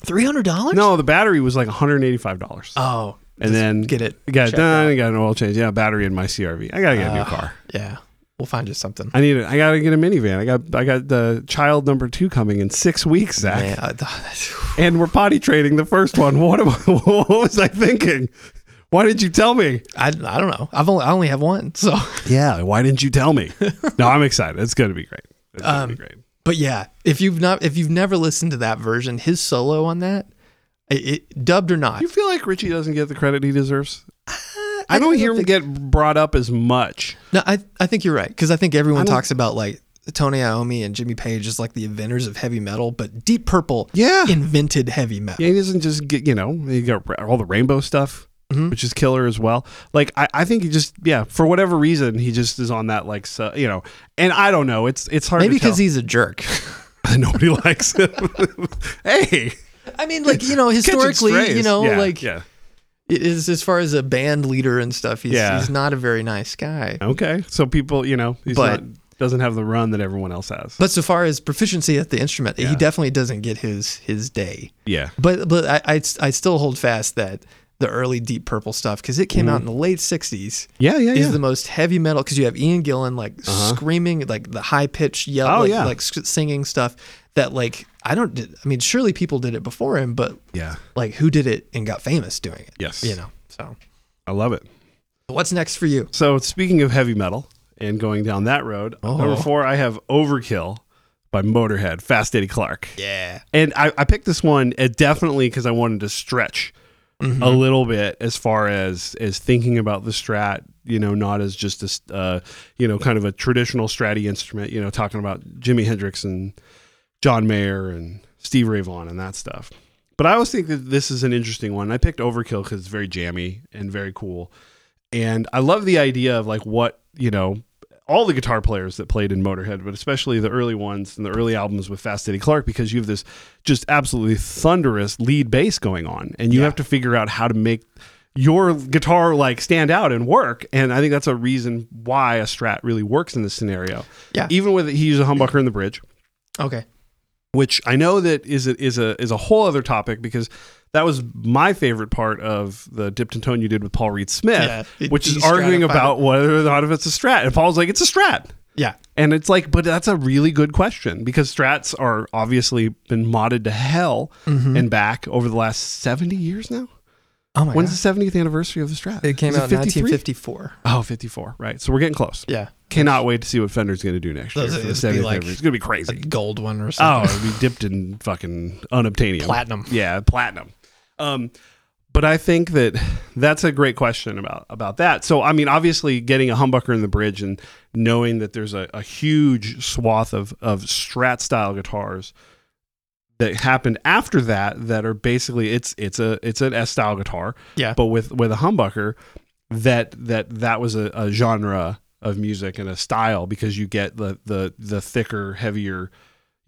Three hundred dollars?
No, the battery was like one hundred eighty five dollars.
Oh,
and then
get it.
got it
checked
done. I got an oil change. Yeah, battery in my CRV. I gotta get a new
Uh,
car.
Yeah, we'll find you something.
I need it. I gotta get a minivan. I got I got the child number two coming in six weeks, Zach.
Man, I- that's-
and we're potty training the first one. What am I, what was I thinking? Why didn't you tell me?
I, I don't know. I've only I only have one. So,
Yeah, why didn't you tell me? no, I'm excited. It's gonna be great. It's gonna
Um,
be great.
but yeah, if you've not if you've never listened to that version, his solo on that, it, it, dubbed or not,
You feel like Richie doesn't get the credit he deserves? I,
Uh, I
don't
don't
hear him
think-
get brought up as much.
No, I I think you're right because I think everyone
don't-
talks about like Tony Iommi and Jimmy Page as like the inventors of heavy metal, but Deep Purple,
Yeah.
invented heavy metal.
Yeah, he doesn't just get you know he got ra- all the rainbow stuff,
Mm-hmm.
which is killer as well. Like I, I think he just yeah for whatever reason he just is on that like so, you know, and I don't know. It's it's hard
Maybe
because
because he's a jerk.
nobody likes him. hey,
I mean, like you know,
catching
historically, you
strays.
know,
Yeah,
like
yeah.
it is as far as a band leader and stuff, he's
Yeah.
he's not a very nice guy.
Okay. So people, you know, he's
But-
not, doesn't have the run that everyone else has.
But so far as proficiency at the instrument,
Yeah.
he definitely doesn't get his his day.
yeah.
But but I I, I still hold fast that the early Deep Purple stuff because it came
Mm-hmm.
out in the late '60s.
Yeah, yeah,
is
yeah.
the most heavy metal because you have Ian Gillan like screaming like the high pitched yell
Oh,
like,
yeah.
like s- singing stuff that like I don't did, I mean surely people did it before him but
yeah.
like who did it and got famous doing it
Yes.
you know so
I love it.
what's next for you
So speaking of heavy metal and going down that road,
Oh.
number four, I have Overkill by Motorhead, Fast Eddie Clark.
yeah
And I, I picked this one uh, definitely because I wanted to stretch a little bit as far as as thinking about the strat, you know, not as just a s- uh, you know kind of a traditional stratty instrument, you know, talking about Jimi Hendrix and John Mayer and Steve Ray Vaughan and that stuff. But I always think that this is an interesting one. I picked Overkill because it's very jammy and very cool, and I love the idea of like what you know all the guitar players that played in Motorhead, but especially the early ones and the early albums with Fast Eddie Clark, because you have this just absolutely thunderous lead bass going on, and you have to figure out how to make your guitar like stand out and work. And I think that's a reason why a Strat really works in this scenario.
Yeah.
even with he used a humbucker in the bridge
okay
which I know that is a, is a is a whole other topic because that was my favorite part of the dipped and tone you did with Paul Reed
Yeah,
Smith,
it
which is
de-stratified
arguing
it.
about whether or not if it's a strat. And Paul's like, it's a strat.
yeah
And it's like, but that's a really good question because strats are obviously been modded to hell and back over the last 70 years now.
Mm-hmm. oh my
When's
god
the 70th anniversary of the strat?
it came
Is
out in
53?
1954
Oh, 54. Right. So we're getting close.
yeah
Cannot wait to see what Fender's going to do next year.
Those-
for the
it'd be
70th
like-
anniversary. it's going to be crazy.
a gold one or
Oh,
something
it'd be dipped in fucking unobtainium.
Platinum.
Yeah, platinum. Um, but I think that that's a great question about about that. So I mean, obviously, getting a humbucker in the bridge and knowing that there's a, a huge swath of of strat style guitars that happened after that that are basically it's it's a it's an S style guitar,
Yeah.
but with with a humbucker that that that was a, a genre of music and a style because you get the the the thicker, heavier,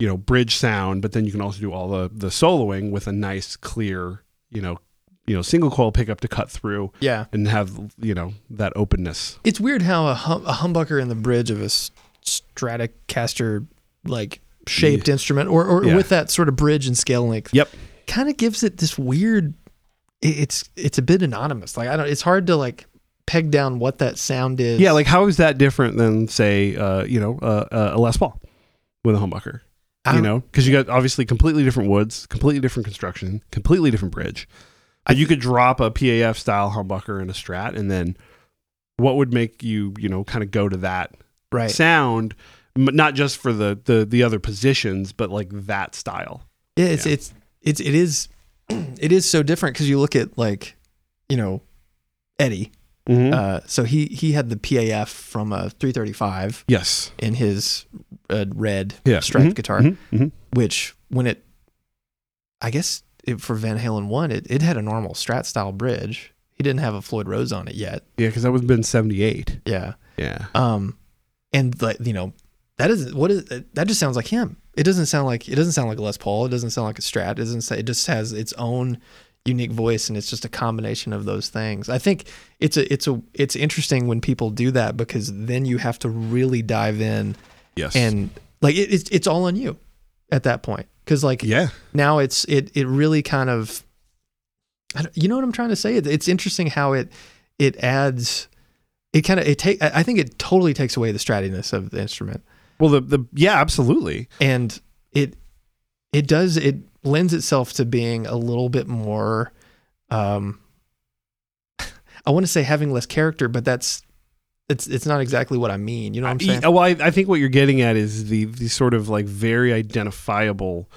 you know, bridge sound, but then you can also do all the the soloing with a nice clear, you know, you know, single coil pickup to cut through
Yeah.
and have you know that openness.
It's weird how a, hum- a humbucker in the bridge of a s- Stratocaster like shaped instrument or, or
Yeah.
with that sort of bridge and scale length
Yep.
kind of gives it this weird i- it's it's a bit anonymous. Like I don't it's hard to like peg down what that sound is.
Yeah, like how is that different than say, uh, you know, uh, uh, a Les Paul with a humbucker?
I
You
don't-
know, because you got obviously completely different woods, completely different construction, completely different bridge. But you could drop a PAF style humbucker in a Strat, and then what would make you, you know, kind of go to that
right.
sound? m- Not just for the, the the other positions, but like that style.
Yeah, it's
Yeah.
it's it's it is it is so different because you look at like you know Eddie.
Mm-hmm.
Uh, so he he had the PAF from a 335
yes.
in his uh, red
Yeah.
Strat
Mhm.
guitar,
Mhm. Mhm.
which when it, I guess it, for Van Halen one, it, it had a normal Strat style bridge. He didn't have a Floyd Rose on it yet.
Yeah, because that would have been seventy eight.
Yeah.
Yeah.
Um, and like you know, that isn't what is that just sounds like him. It doesn't sound like it doesn't sound like a Les Paul. It doesn't sound like a Strat. It doesn't say it just has its own unique voice, and it's just a combination of those things. I think it's a it's a it's interesting when people do that because then you have to really dive in
Yes.
and like it, it's it's all on you at that point because like
yeah.
now it's it it really kind of I don't- you know what I'm trying to say It- it's interesting how it it adds it kind of it take I I think it totally takes away the stratiness of the instrument
Well, the the yeah, absolutely.
and it it does it lends itself to being a little bit more um I want to say having less character but that's it's it's not exactly what I mean you know what I'm
Y-
saying
Well, I, e, oh, I think what you're getting at is the the sort of like very identifiable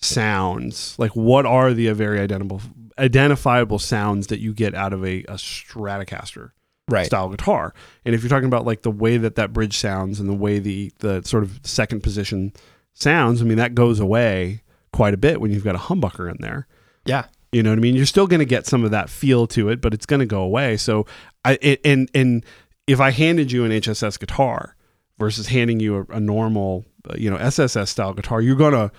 sounds. Like, what are the very identifiable identifiable sounds that you get out of a, a Stratocaster
right
style guitar? And if you're talking about like the way that that bridge sounds and the way the the sort of second position sounds, I mean that goes away quite a bit when you've got a humbucker in there.
yeah
You know what I mean? You're still going to get some of that feel to it, but it's going to go away. So I it- and and if I handed you an HSS guitar versus handing you a, a normal, uh, you know, SSS style guitar, you're going to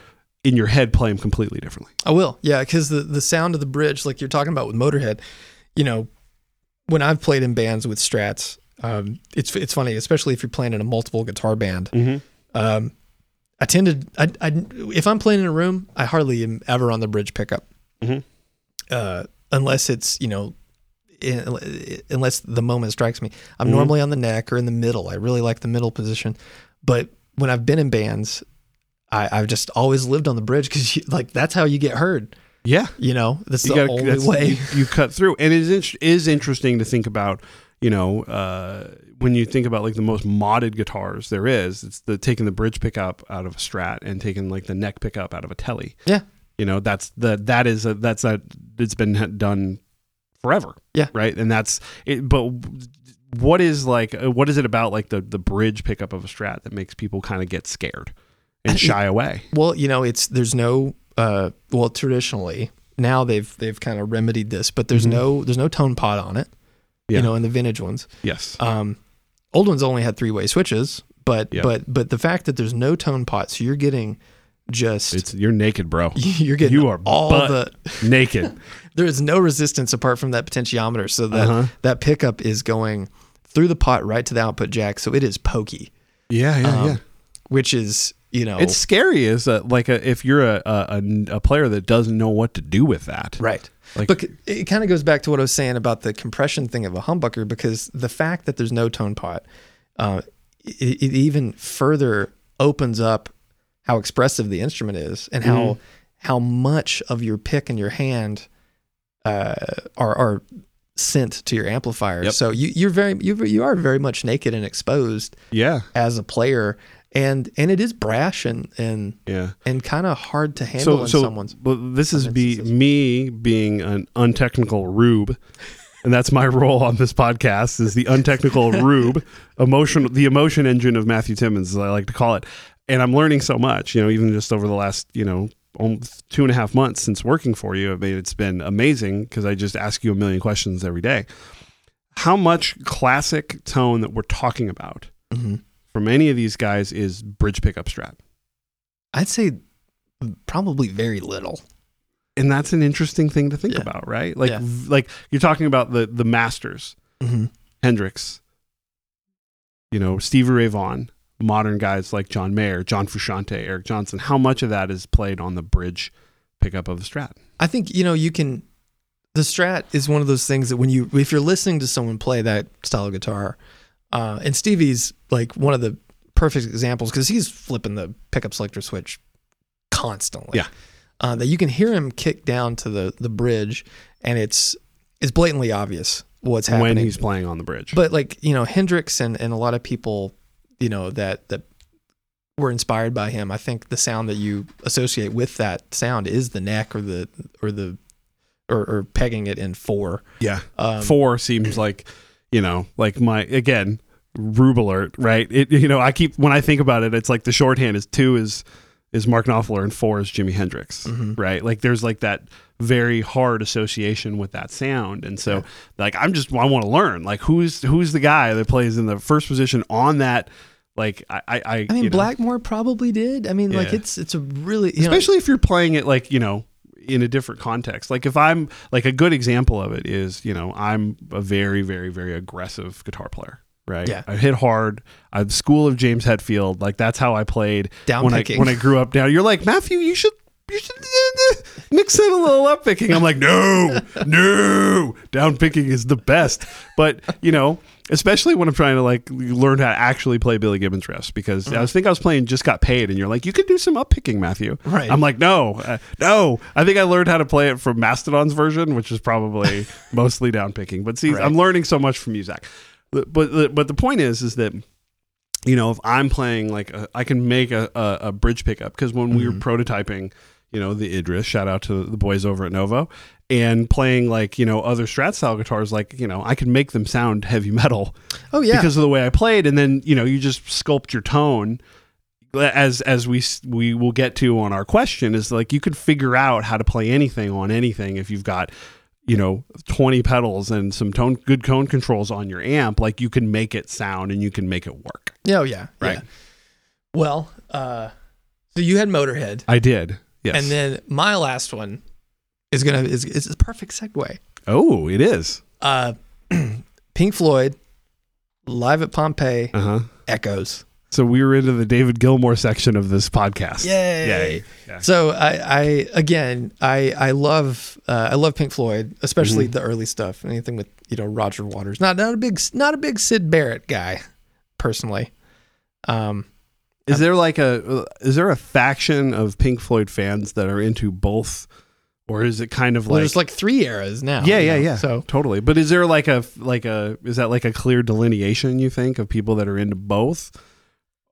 in your head play them completely differently.
I will. Yeah, because the the sound of the bridge, like you're talking about with Motorhead, you know, when I've played in bands with Strats, um, it's it's funny, especially if you're playing in a multiple guitar band.
Mhm.
Um, I tend to, I, I, if I'm playing in a room, I hardly am ever on the bridge pickup,
Mhm.
uh, unless it's you know. in- Unless the moment strikes me, I'm normally on the neck or in the middle. I really like the middle position, but when I've been in bands, I, I've just always lived on the bridge because like that's how you get heard.
Yeah.
You know, that's
You
the
gotta-
only
that's-
way.
You, you cut through. And it is, int- is interesting to think about, you know, uh, when you think about like the most modded guitars there is, it's the taking the bridge pickup out of a Strat and taking like the neck pickup out of a Telly.
Yeah.
You know, that's the, that is a, that's a, it's been ha- done forever.
Yeah.
Right. And that's it. But what is like, uh, what is it about like the, the bridge pickup of a Strat that makes people kind of get scared and shy away?
Well, you know, it's there's no uh well traditionally now they've they've kind of remedied this, but there's
Mhm.
no there's no tone pod on it.
Yeah.
You know, in the vintage ones.
Yes.
Um old ones only had three-way switches, but
Yeah.
but but the fact that there's no tone pot, so you're getting just
It's, you're naked, bro.
you're getting
you are
all
butt
the
naked.
there is no resistance apart from that potentiometer, so that
Uh-huh.
that pickup is going through the pot right to the output jack, so it is pokey,
Yeah, yeah,
um,
yeah.
which is you know
It's scary is that like a, if you're a, a a player that doesn't know what to do with that.
Right.
Like-
but it kind of goes back to what I was saying about the compression thing of a humbucker because the fact that there's no tone pot, uh, it, it even further opens up how expressive the instrument is and how
Mm-hmm.
how much of your pick in your hand uh, are are sent to your amplifier.
Yep.
So you you're very you you are very much naked and exposed
Yeah.
as a player, and and it is brash and and
Yeah.
and kind of hard to handle
So
in
so
someone's.
well, this is
some
be
instances.
me being an untechnical rube. And that's my role on this podcast is the untechnical rube, emotional the emotion engine of Matthew Timmons, as I like to call it. And I'm learning so much, you know, even just over the last, you know, almost two and a half months since working for you. I mean, it's been amazing because I just ask you a million questions every day. How much classic tone that we're talking about
Mhm.
from any of these guys is bridge pickup strap?
I'd say probably very little.
And that's an interesting thing to think
Yeah.
about, right? Like,
Yeah.
v- like you're talking about the the masters,
Mm-hmm.
Hendrix, you know, Stevie Ray Vaughan, modern guys like John Mayer, John Frusciante, Eric Johnson. How much of that is played on the bridge pickup of the Strat?
I think you know you can. The Strat is one of those things that when you if you're listening to someone play that style of guitar, uh, and Stevie's like one of the perfect examples because he's flipping the pickup selector switch constantly.
Yeah.
uh, that you can hear him kick down to the the bridge, and it's it's blatantly obvious what's happening
when he's playing on the bridge.
But like you know Hendrix and and a lot of people, you know that that were inspired by him. I think the sound that you associate with that sound is the neck or the or the or, or pegging it in four.
yeah,
Um,
four seems like you know, like my again rube alert, right? It you know, I keep when I think about it, it's like the shorthand is two is is Mark Knopfler and four is Jimi Hendrix,
mm-hmm.
right? Like there's like that very hard association with that sound, and so like I'm just I want to learn like who's who's the guy that plays in the first position on that. Like I, I, I,
I mean,
you know.
Blackmore probably did. I mean, like
Yeah.
it's it's a really you know,
especially if you're playing it like you know in a different context like if i'm like a good example of it is you know i'm a very very very aggressive guitar player right
Yeah.
i hit hard i'm school of james hetfield like that's how i played
Down
when
picking.
i when i grew up now you're like matthew you should you should uh, mix in a little up picking i'm like no no down picking is the best but you know especially when i'm trying to like learn how to actually play billy gibbons riffs because i was think i was playing just got paid and you're like you could do some up picking matthew
Right.
i'm like no uh, no i think i learned how to play it from mastodon's version which is probably mostly down picking but see
Right.
i'm learning so much from you zach but but, but the point is is that you know, if I'm playing like a, I can make a, a, a bridge pickup because when we were prototyping, you know, the Idris, shout out to the boys over at Novo, and playing like you know other strat style guitars, like you know, I can make them sound heavy metal
oh yeah
because of the way I played, and then you know, you just sculpt your tone as as we s- we will get to on our question is like you can figure out how to play anything on anything if you've got you know 20 pedals and some tone good tone controls on your amp like you can make it sound and you can make it work
yeah oh, yeah
Right.
yeah. Well, uh, so you had Motorhead,
I did. Yes.
and then my last one is gonna is is a perfect segue.
oh, it is.
Uh, Pink Floyd, live at Pompeii,
Uh huh.
echoes.
So we were into the David Gilmour section of this podcast.
Yay.
Yay. Yeah.
So I, I again, I I love uh, I love Pink Floyd,
Mm-hmm.
especially the early stuff. Anything with you know Roger Waters. Not not a big not a big Sid Barrett guy, personally. Um,
Is there like a is there a faction of Pink Floyd fans that are into both, or is it kind of
well,
like?
there's like three eras now.
yeah,
you
yeah,
know?
yeah.
So
totally. But is there like a like a is that like a clear delineation you think of people that are into both,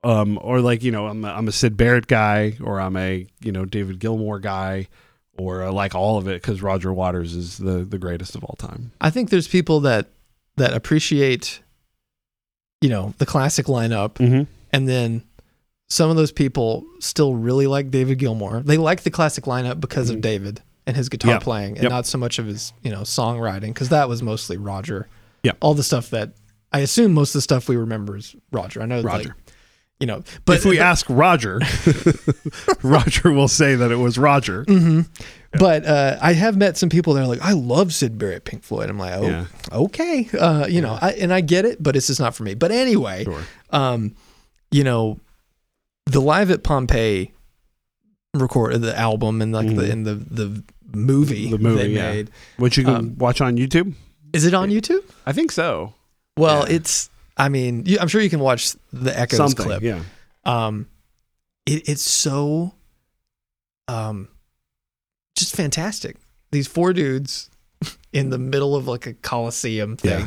um, or like you know I'm a, I'm a Sid Barrett guy or I'm a you know David Gilmour guy, or I like all of it because Roger Waters is the the greatest of all time.
I think there's people that that appreciate, you know, the classic lineup,
Mm-hmm.
and then some of those people still really like David Gilmour. They like the classic lineup because of David and his guitar
Mm-hmm. Yeah.
playing, and
Yep.
not so much of his you know songwriting because that was mostly Roger.
Yeah.
all the stuff that I assume most of the stuff we remember is Roger. I know Roger.
Roger.
you know, but uh,
if we ask Roger, Roger will say that it was Roger.
mm-hmm. but uh, I have met some people that are like, I love Sid Barrett, Pink Floyd. I'm like, oh,
Yeah.
okay, uh, you know, I, and I get it, but it's just not for me. But anyway,
Sure.
um, you know, the live at Pompeii record the album and like the
Mhm.
in the the movie
The movie,
they
yeah.
made.
Which you can
Um,
watch on YouTube.
Is it on YouTube?
I think so.
Well,
Yeah.
it's. I mean, you, I'm sure you can watch the Echoes
Something.
clip.
Yeah.
um it, it's so um just fantastic these four dudes in the middle of like a coliseum thing
Yeah.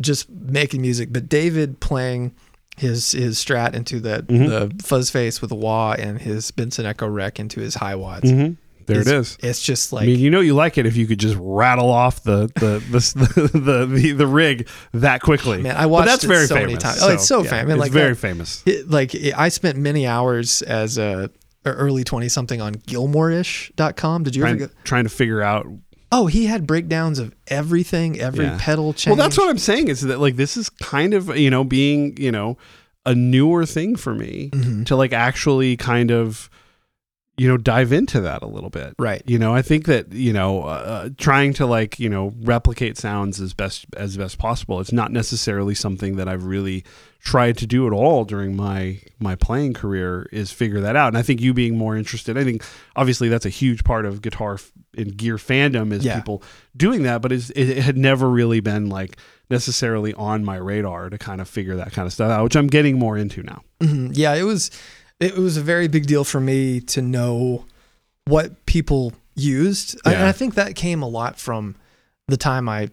just making music but david playing his his strat into the
Mm-hmm.
the fuzz face with a wah and his benson echo rec into his high watts
Mm-hmm. There it
It's-
is.
it's just
I
like
mean, you know you like it if you could just rattle off the the the the, the, the, rig that quickly.
Man, I
But
watched
that's
it
very
so many
famous.
times. Oh, it's so famous.
It's
Like,
very
that-
famous.
it, like it, I spent many hours as a or early 20 something on gilmoreish.com. Did you ever
Trying,
go?
trying to figure out.
Oh, he had breakdowns of everything, every
Yeah.
pedal change.
Well, that's what I'm saying is that like this is kind of you know being you know a newer thing for me
Mhm.
to like actually kind of you know dive into that a little bit.
Right.
You know, I think that you know, uh, trying to like you know replicate sounds as best as best possible. It's not necessarily something that I've really tried to do at all during my my playing career. Is figure that out. And I think you being more interested, I think obviously that's a huge part of guitar f- and gear fandom is
Yeah.
people doing that. But it's, it, it had never really been like necessarily on my radar to kind of figure that kind of stuff out, which I'm getting more into now.
Mhm. Yeah, it was it was a very big deal for me to know what people used. I- And
Yeah.
I think that came a lot from the time I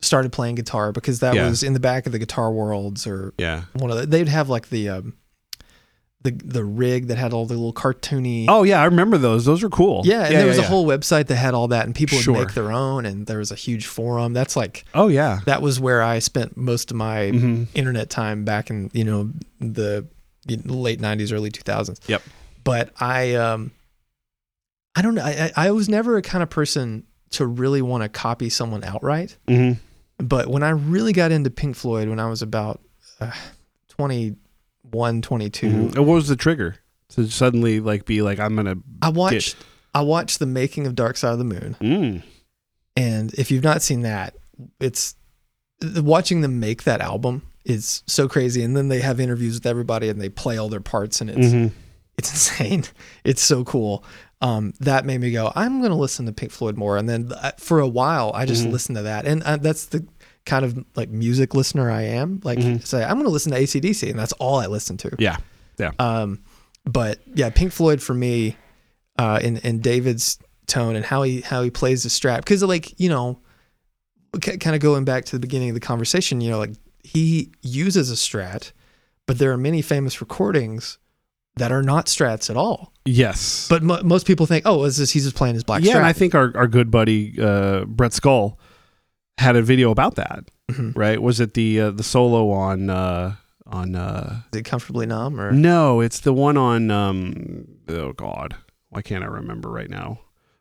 started playing guitar because that
Yeah.
was in the back of the guitar worlds or
Yeah.
one of the, they'd have like the um the the rig that had all the little cartoony
Oh yeah, I remember those. Those were cool.
Yeah, and there was a
yeah.
whole website that had all that, and people would
Sure.
make their own, and there was a huge forum. That's like
Oh yeah.
that was where I spent most of my
Mm-hmm.
internet time back in you know the you know, late '90s, early 2000s.
Yep.
But I, um, I don't know. I, I I was never a kind of person to really want to copy someone outright.
Mm-hmm.
But when I really got into Pink Floyd, when I was about uh, 21, 22,
And Mm-hmm. what was the trigger to suddenly like be like, I'm gonna.
I watched I watched the making of Dark Side of the Moon.
Mm.
And if you've not seen that, it's the- watching them make that album is so crazy. And then they have interviews with everybody and they play all their parts and it's it's insane. It's so cool. Um, that made me go, I'm going to listen to Pink Floyd more. And then uh, for a while, I just
Mhm.
listened to that. And uh, that's the kind of like music listener I am. Like,
Mhm.
say, I'm going to listen to ACDC, and that's all I listen to.
Yeah. Yeah.
Um, but yeah, Pink Floyd for me, uh, and and David's tone and how he how he plays the strap because like you know, kind of going back to the beginning of the conversation, you know, like he uses a strat, but there are many famous recordings that are not strats at all.
Yes.
But mo- most people think, oh, is this he's just playing his black
yeah,
strat?
and I think our our good buddy uh, Brett Skull had a video about that.
Mhm.
Right? Was it the uh, the solo on uh, on? Uh,
Is it comfortably numb or
no, it's the one on. Um, oh God, why can't I remember right now?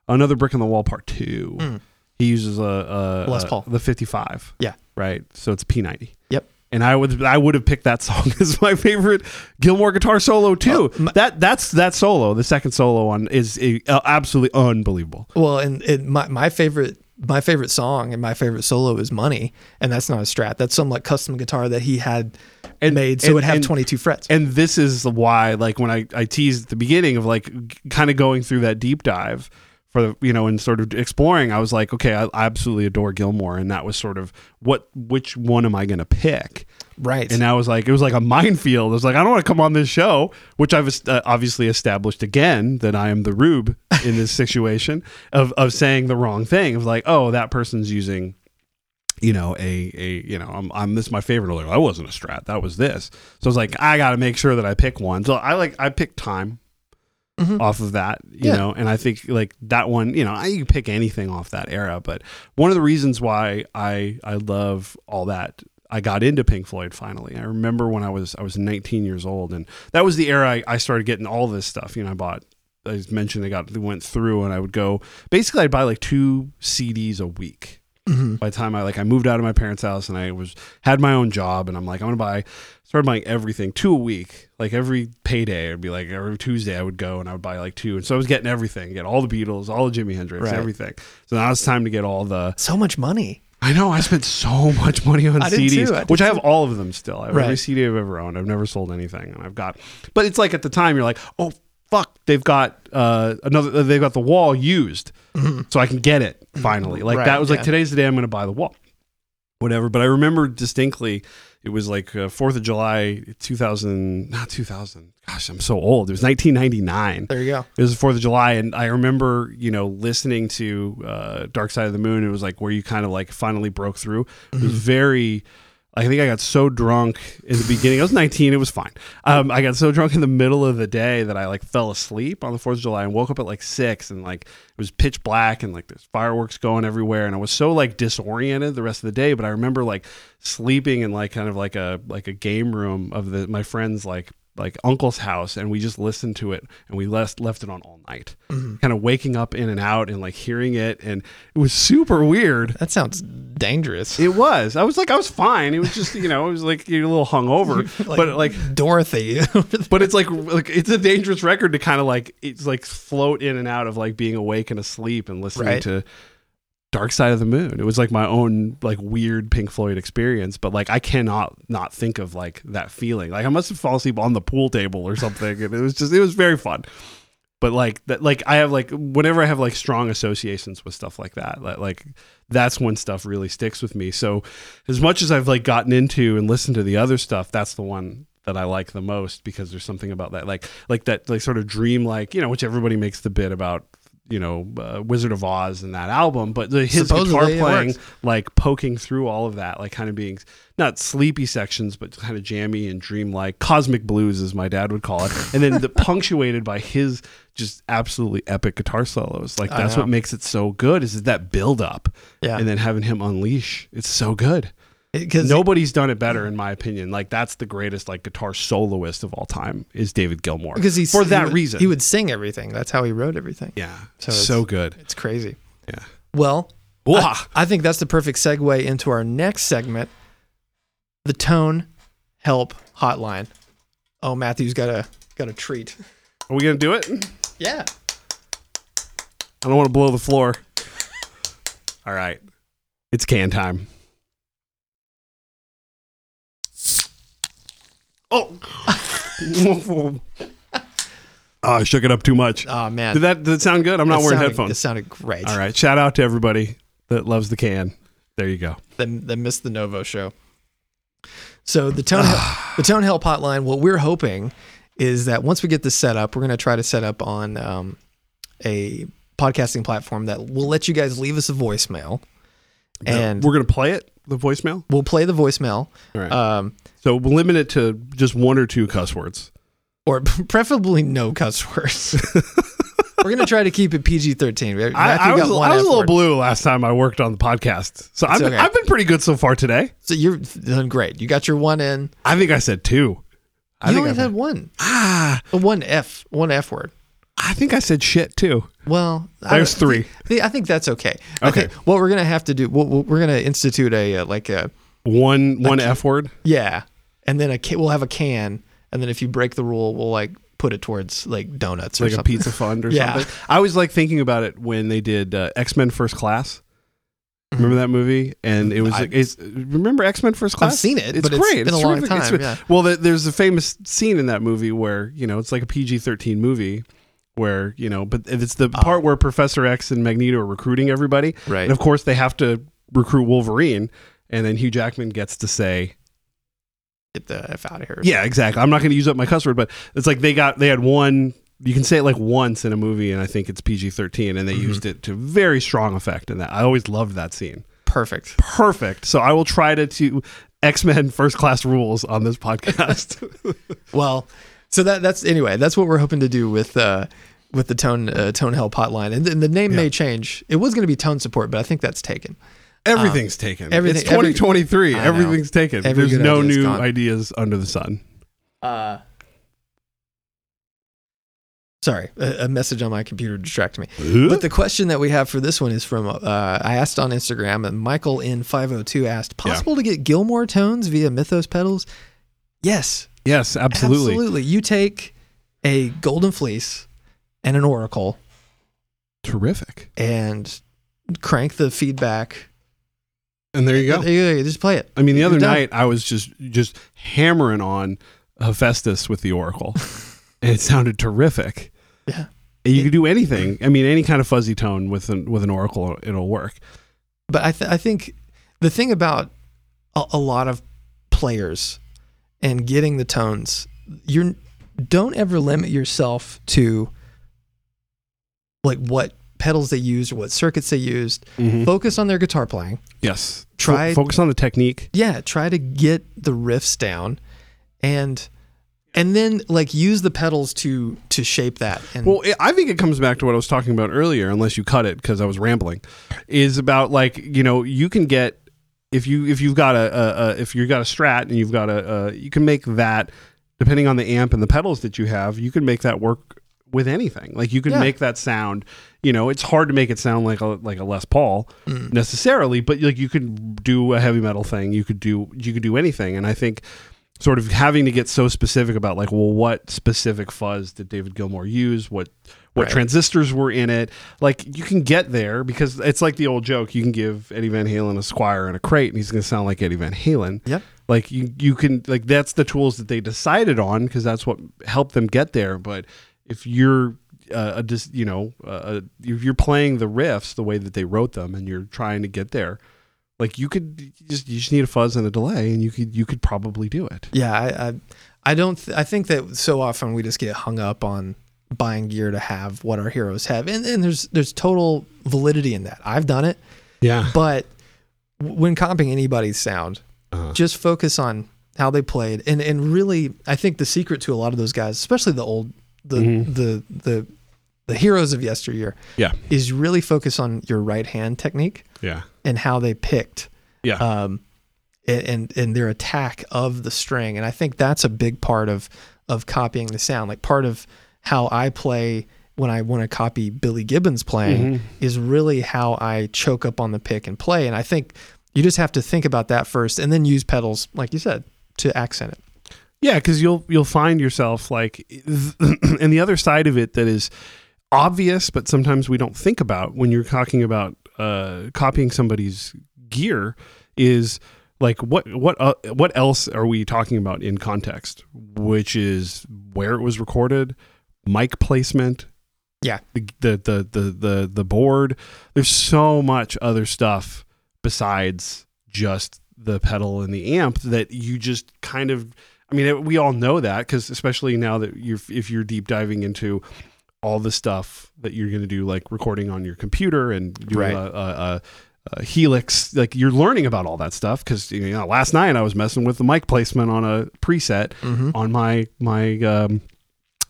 Another brick in the wall, part two.
Mm.
He uses a, a
Les
a-
Paul.
the fifty five.
Yeah.
right. So it's P ninety.
Yep.
and I would I would have picked that song as my favorite Gilmore guitar solo too.
Oh, my-
that that's that solo, the second solo on is uh, absolutely unbelievable.
Well, and it, my my favorite my favorite song and my favorite solo is "Money," and that's not a strat. That's some like custom guitar that he had
And-
made, so
and-
it had
and-
twenty two frets.
And this is why, like when I I teased at the beginning of like kind of going through that deep dive for the you know and sort of exploring, I was like, okay, I, I absolutely adore Gilmore, and that was sort of what which one am I going to pick?
right.
And I was like, it was like a minefield. I was like, I don't want to come on this show, which I've uh, obviously established again that I am the rube in this situation of of saying the wrong thing. Of like, oh, that person's using, you know, a a you know, I'm I'm this is my favorite. Like, I wasn't a strat, that was this. So I was like, I got to make sure that I pick one. So I like I picked time.
Mhm.
Off of that, you
Yeah.
know, and I think like that one, you know, I you can pick anything off that era, but one of the reasons why I I love all that I got into Pink Floyd finally. I remember when I was I was 19 years old, and that was the era I, I started getting all this stuff. You know, I bought. I just mentioned I got went through, and I would go. Basically, I'd buy like two CDs a week
Mhm.
by the time I like I moved out of my parents' house and I was had my own job and I'm like I'm gonna buy started buying everything two a week like every payday I'd be like every Tuesday I would go and I would buy like two and so I was getting everything get all the Beatles all the Jimi Hendrix
Right.
everything so now it's time to get all the
So much money.
I know I spent so much money on
I did
CDs
too, I did
which I have all of them still I have every
Right.
CD I've ever owned I've never sold anything and I've got but it's like at the time you're like oh fuck they've got uh another they've got the wall used so I can get it finally like
Mm-hmm. Right,
that was like
yeah.
today's the day I'm gonna buy the wall whatever. But I remember distinctly it was like uh, Fourth of July, two thousand, not two thousand. Gosh, I'm so old. It was 1999.
There you go.
It was the Fourth of July, and I remember, you know, listening to uh, Dark Side of the Moon. It was like where you kind of like finally broke through. It was very. I think I got so drunk in the beginning. I was 19. It was fine. Um, I got so drunk in the middle of the day that I like fell asleep on the 4th of July and woke up at like six and like it was pitch black and like there's fireworks going everywhere. And I was so like disoriented the rest of the day. But I remember like sleeping in like kind of like a, like a game room of the, my friend's like like uncle's house and we just listened to it and we left left it on all night kind of waking up in and out and like hearing it and it was super weird
That sounds dangerous.
it was i was like i was fine it was just you know it was like you're a little hungover
Like-
but like
Dorothy.
but it's like like it's a dangerous record to kind of like it's like float in and out of like being awake and asleep and listening
Right.
to Dark Side of the Moon. It was like my own like weird Pink Floyd experience, but like I cannot not think of like that feeling. Like I must have fallen asleep on the pool table or something, and it was just it was very fun. But like that, like I have like whenever I have like strong associations with stuff like that, like, like that's when stuff really sticks with me. So as much as I've like gotten into and listened to the other stuff, that's the one that I like the most because there's something about that, like like that like sort of dream, like you know, which everybody makes the bit about, you know, uh, Wizard of Oz and that album, but the, his guitar
Supposedly it
playing,
works.
like poking through all of that, like kind of being not sleepy sections, but kind of jammy and dreamlike, cosmic blues as my dad would call it, and then the punctuated by his just absolutely epic guitar solos. Like
I
that's
know.
what makes it so good is that build up
yeah.
and then having him unleash. It's so good.
Because
Nobody's done it better, in my opinion. Like that's the greatest like guitar soloist of all time is David Gilmour.
because he's
for that
he would-
reason,
he would sing everything. That's how he wrote everything.
yeah,
So
so,
it's-
good.
It's crazy.
Yeah.
Well,
Wah!
I think that's the perfect segue into our next segment, the tone help hotline. Oh, Matthew's got a got a treat.
Are we gonna do it? I
Yeah.
don't want to blow the floor. all right, it's can time. Oh, Oh, I shook it up too much.
Oh man.
Did that, did that sound good? I'm not
That
wearing
sounded-
headphones.
That sounded great.
All right. Shout out to everybody that loves the can. There you go.
They, they missed the Novo show. So the tone the tone help hotline. What we're hoping is that once we get this set up, we're going to try to set up on um, a podcasting platform that will let you guys leave us a voicemail, and
we're going to play it, the voicemail.
we'll play the voicemail.
All right.
Um,
so we'll limit it to just one or two cuss words.
or preferably no cuss words. We're gonna try to keep it PG thirteen.
I, I was, I was a little
blue.
blue last time I worked on the podcast. So I've, been
okay.
I've been pretty good so far today.
So you're doing great. You got your one in.
I think I said two. I
you
think
only
I,
had one,
ah,
Uh, one F, one F word.
I think I said shit too.
Well, I
There's
don't-
three.
th- I think that's okay. I
Okay.
think what we're gonna have to do, we'll, we'll- we're gonna institute a uh, like a
One one F word.
yeah, and then a ca- we'll have a can, and then if you break the rule, we'll like put it towards like donuts or
like a
something.
pizza fund or
Yeah.
something. I was like thinking about it when they did uh, X Men First Class. Remember that movie? And it was
I-
like, it's, remember X Men First Class?
seen it, but it's been a long
terrific. It's
time,
good.
yeah.
Well, there- there's a famous scene in that movie where you know it's like a PG-13 movie. Where you know, but it's the part where Professor X and Magneto are recruiting everybody,
Oh. Right.
And of course, they have to recruit Wolverine, and then Hugh Jackman gets to say,
Get the F out of here.
yeah, exactly. I'm not going to use up my cuss word, but it's like they got they had one. You can say it like once in a movie, and I think it's PG-13, and they
Mm-hmm.
used it to very strong effect. In that, I always loved that scene.
perfect.
Perfect. So I will try to to X-Men First Class rules on this podcast.
Well, so that that's anyway. That's what we're hoping to do with uh, with the tone uh, tone help hotline, and, then the name may change. It was going to be tone support, but I think that's taken.
everything's taken.
everything-
it's 2023.
every- I know.
everything's taken.
Every
There's
good
no
idea's
new
gone.
ideas under the sun.
Uh, sorry, a, a message on my computer distracted me. But the question that we have for this one is from uh, I asked on Instagram, and Michael in five hundred two asked, possible to get Gilmore tones via Mythos pedals? Yes,
yes, absolutely.
absolutely. You take a golden fleece and an oracle,
Terrific.
and crank the feedback.
And there you go.
Yeah, yeah, just play it.
I mean, the
You're
other
done.
night I was just just hammering on Hephaestus with the Oracle, and it sounded terrific.
Yeah.
And you could do anything. I mean, any kind of fuzzy tone with an with an Oracle, it'll work.
But I, th- I think the thing about a, a lot of players and getting the tones, you don't ever limit yourself to like what pedals they used or what circuits they used.
Mm-hmm.
Focus on their guitar playing.
Yes. Fo-
Try-
focus on the technique.
Yeah, try to get the riffs down, and and then like use the pedals to to shape that. And
Well, it, I think it comes back to what I was talking about earlier, unless you cut it because I was rambling. Is about like you know you can get if you if you've got a, a, a if you've got a strat and you've got a, a you can make that depending on the amp and the pedals that you have, you can make that work with anything. Like you can
Yeah.
make that sound. You know, it's hard to make it sound like a like a Les Paul
Mm.
necessarily, but like you could do a heavy metal thing. You could do you could do anything, and I think sort of having to get so specific about like well what specific fuzz did david gilmour use what what
Right.
transistors were in it like you can get there because it's like the old joke you can give eddie van halen a squire and a crate and he's going to sound like eddie van halen
Yep.
like you you can like that's the tools that they decided on because that's what helped them get there but if you're uh, a dis, you know uh, if you're playing the riffs the way that they wrote them and you're trying to get there like you could you just you just need a fuzz and a delay and you could you could probably do it
Yeah, I, I, I don't. Th- I think that so often we just get hung up on buying gear to have what our heroes have, and, and there's there's total validity in that. I've done it,
yeah
but w- when copying anybody's sound,
Uh-huh.
just focus on how they played, and and really, I think the secret to a lot of those guys, especially the old, the
Mhm.
the the the heroes of yesteryear,
yeah
is really focus on your right hand technique
yeah
and how they picked
yeah
um, and, and and their attack of the string. And I think that's a big part of of copying the sound. Like part of how I play when I want to copy Billy Gibbons playing
Mm-hmm.
is really how I choke up on the pick and play. And I think you just have to think about that first, and then use pedals, like you said, to accent it.
Yeah, because you'll you'll find yourself like, and the other side of it that is obvious, but sometimes we don't think about when you're talking about uh, copying somebody's gear is like what what uh, what else are we talking about in context? Which is where it was recorded, mic placement,
Yeah.
the the the the the, the board. There's so much other stuff besides just the pedal and the amp that you just kind of I mean, we all know that because especially now that you're if you're deep diving into all the stuff that you're going to do, like recording on your computer and
Right.
doing a, a, a, a Helix, like you're learning about all that stuff because you know last night I was messing with the mic placement on a preset
Mm-hmm.
on my my um,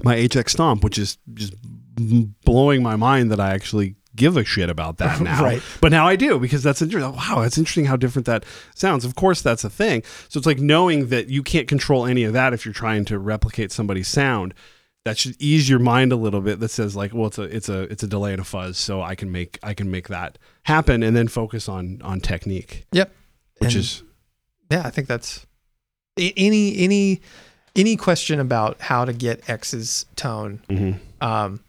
my HX Stomp, which is just m- blowing my mind that I actually give a shit about that now.
Right.
But now I do because that's interesting. Wow, that's interesting how different that sounds. Of course, that's a thing. So it's like knowing that you can't control any of that if you're trying to replicate somebody's sound. That should ease your mind a little bit. That says like, well, it's a it's a it's a delay and a fuzz, so I can make I can make that happen, and then focus on on technique,
Yep.
which
And-
is
yeah, I think that's a- any any any question about how to get X's tone um,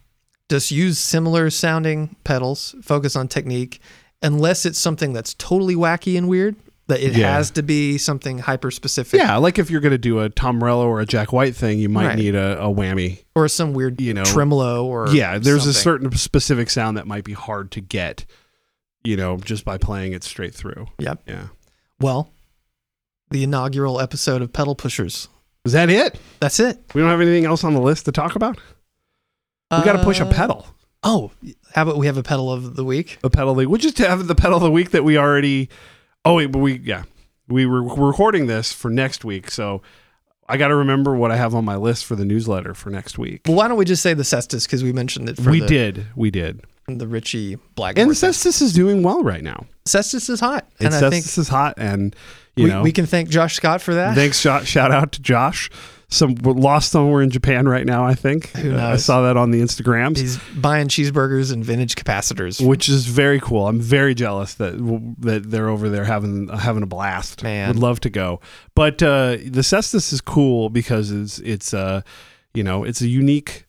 just use similar sounding pedals focus on technique unless it's something that's totally wacky and weird that it
Yeah.
has to be something hyper specific
yeah. Like if you're gonna do a Tom Morello or a Jack White thing, you might
Right.
need a, a whammy
or some weird
You know,
tremolo or
yeah there's a
something.
certain specific sound that might be hard to get you know just by playing it straight through
Yep.
yeah
well the inaugural episode of pedal pushers
is that it
that's it
we don't have anything else on the list to talk about we got to push a
Uh,
pedal
oh how about we have a pedal of the week
the pedal of the we'll just have the pedal of the week that we already oh wait but we yeah we were we're recording this for next week so i got to remember what i have on my list for the newsletter for next week
well why don't we just say the cestus because we mentioned it for
we
the,
did we did
the richie
and
blackmore thing.
cestus is doing well right now
cestus is hot
and
and i think
cestus is hot and you
we,
know
we can thank josh scott for that
Thanks, shout, shout out to Josh. Some we're lost somewhere in Japan right now, I think.
Who
I
knows?
saw that on the Instagrams,
He's buying cheeseburgers and vintage capacitors.
which is very cool. I'm very jealous that that they're over there having having a blast.
Man.
would love to go. But uh, the Cestus is cool because it's it's uh, you know it's a unique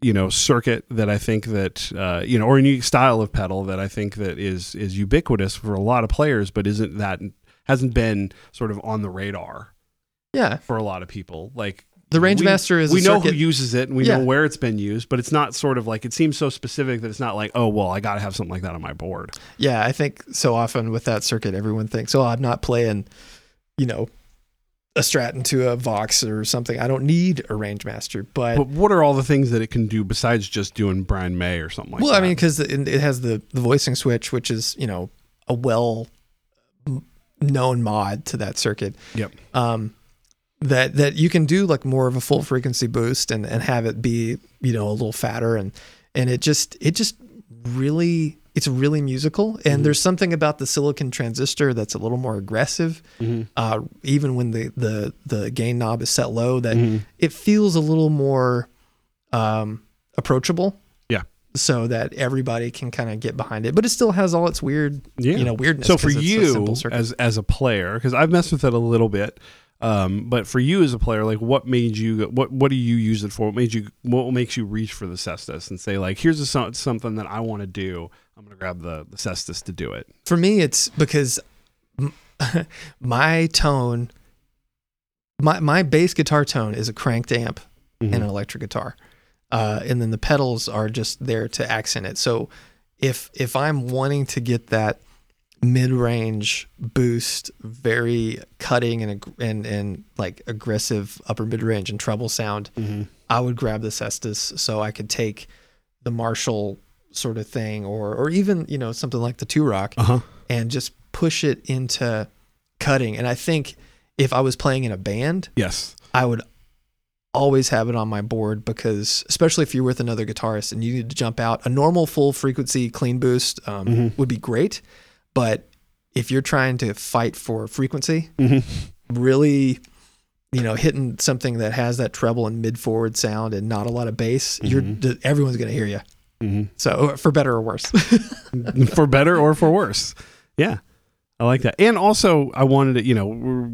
you know circuit that I think that uh, you know or a unique style of pedal that I think that is is ubiquitous for a lot of players, but isn't that hasn't been sort of on the radar
Yeah,
for a lot of people. Like
the
we-
Rangemaster is
we
a
know
circuit.
who uses it and we
Yeah.
know where it's been used, but it's not sort of like it seems so specific that it's not like oh well I got to have something like that on my board.
yeah, I think so often with that circuit, everyone thinks, "Oh, I'm not playing," you know, a Strat into a Vox or something. I don't need a Rangemaster, but,
But what are all the things that it can do besides just doing Brian May or something like
well,
that?
I mean, because it it has the the voicing switch, which is you know a well m- known mod to that circuit.
yep,
um, that that you can do like more of a full frequency boost and and have it be you know a little fatter and and it just it just really it's really musical,
Mm-hmm.
and there's something about the silicon transistor that's a little more aggressive,
Mm-hmm.
uh, even when the, the the gain knob is set low. That
Mm-hmm.
it feels a little more um, approachable,
Yeah.
so that everybody can kind of get behind it. But it still has all its weird,
yeah.
you know, weirdness.
So for
'cause it's a
you
simple circuit.
as as a player, because I've messed with it a little bit, um, but for you as a player, like what made you go- what what do you use it for? What made you what makes you reach for the Cestus and say like here's a, so- something that I want to do. I'm gonna grab the, the Cestus to do it.
For me, it's because m- my tone, my my bass guitar tone is a cranked amp
Mm-hmm.
and an electric guitar, uh, and then the pedals are just there to accent it. So if if I'm wanting to get that mid range boost, very cutting and ag- and and like aggressive upper mid range and treble sound,
Mm-hmm.
I would grab the Cestus so I could take the Marshall sort of thing, or or even you know something like the Two Rock,
Uh huh.
and just push it into cutting. And I think if I was playing in a band,
Yes.
I would always have it on my board because especially if you're with another guitarist and you need to jump out, a normal full frequency clean boost um, would be great, but if you're trying to fight for frequency, really you know hitting something that has that treble and mid forward sound and not a lot of bass you're everyone's going to hear you so for better or worse
Mm-hmm. for better or for worse. Yeah, I like that. And also, I wanted to, you know, we're-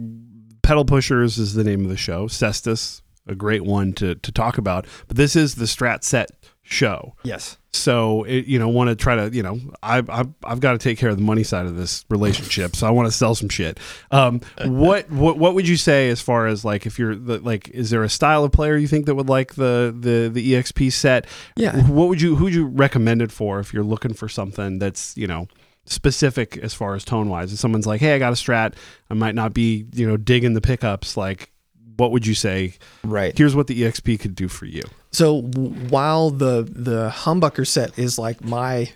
pedal pushers is the name of the show. Cestus, a great one to to talk about. But this is the Strat Set show,
yes
so it, you know, want to try to, you know, I, I I've got to take care of the money side of this relationship. so I want to sell some shit. Um, what what what would you say as far as like if you're the, like, is there a style of player you think that would like the the the EXP set?
Yeah.
What would you who would you recommend it for if you're looking for something that's you know specific as far as tone wise? If someone's like, hey, I got a Strat, I might not be you know digging the pickups. Like, what would you say?
right
Here's what the EXP could do for you.
So w- while the the humbucker set is like my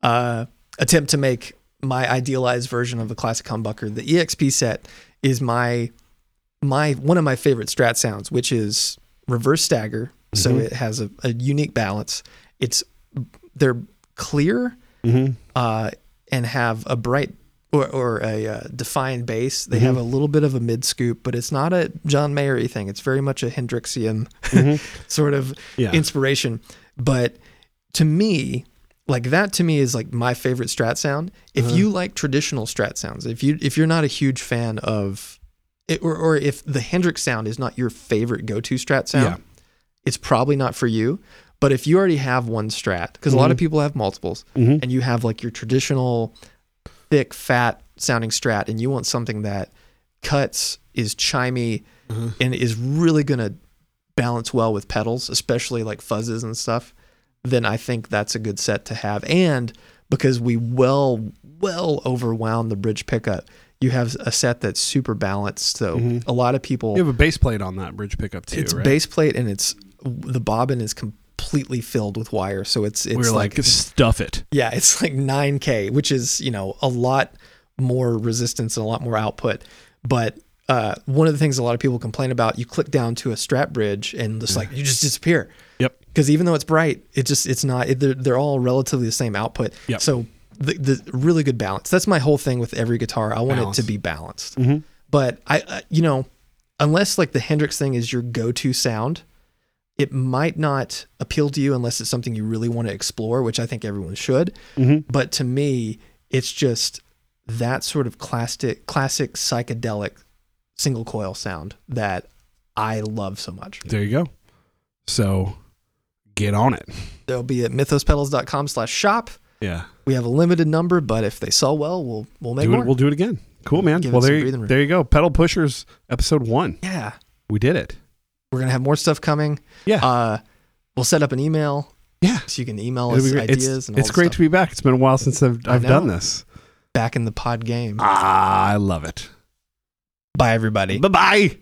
uh, attempt to make my idealized version of the classic humbucker, the EXP set is my my one of my favorite strat sounds, which is reverse stagger. So it has a, a unique balance. It's they're clear
Mm-hmm.
uh, and have a bright or, or a uh, defined bass. They have a little bit of a mid scoop, but it's not a John Mayer thing. It's very much a Hendrixian sort of
Yeah.
inspiration. But to me, like that to me is like my favorite strat sound. If you like traditional strat sounds, if you if you're not a huge fan of it, or, or if the Hendrix sound is not your favorite go-to strat sound,
Yeah.
it's probably not for you. But if you already have one strat, because a lot of people have multiples, and you have like your traditional thick, fat sounding strat, and you want something that cuts, is chimey,
Mm-hmm.
and is really going to balance well with pedals, especially like fuzzes and stuff, then I think that's a good set to have. And because we well, well overwound the bridge pickup, you have a set that's super balanced. So a lot of people
Mm-hmm. You have a bass plate on that bridge pickup too,
it's
right?
base plate and it's the bobbin is completely filled with wire so it's it's
we were
like,
like, stuff it.
yeah it's like 9k which is you know a lot more resistance and a lot more output but uh, one of the things a lot of people complain about you click down to a strap bridge and just like you just disappear
Yep.
because even though it's bright it just it's not it, they're, they're all relatively the same output
Yep.
so the, the really good balance that's my whole thing with every guitar i want
Balance.
it to be balanced but i uh, you know unless like the hendrix thing is your go-to sound it might not appeal to you unless it's something you really want to explore which i think everyone should but to me it's just that sort of classic classic psychedelic single coil sound that i love so much
There you go. So get on it.
they'll be at mythospedals.com slash shop
Yeah.
we have a limited number but if they sell well we'll we'll make
Do
more
it, we'll do it again. Cool, man.
Give it
well,
some
there,
breathing room.
there you go. Pedal Pushers, episode one.
yeah
We did it.
we're gonna have more stuff coming
Yeah.
uh we'll set up an email
Yeah.
so you can email
It'll be
us
great. It's,
ideas and all
it's great to be back. It's been a while since I've,
I
I've
know.
done this.
back in the pod game
Ah, I love it.
bye everybody
Bye bye.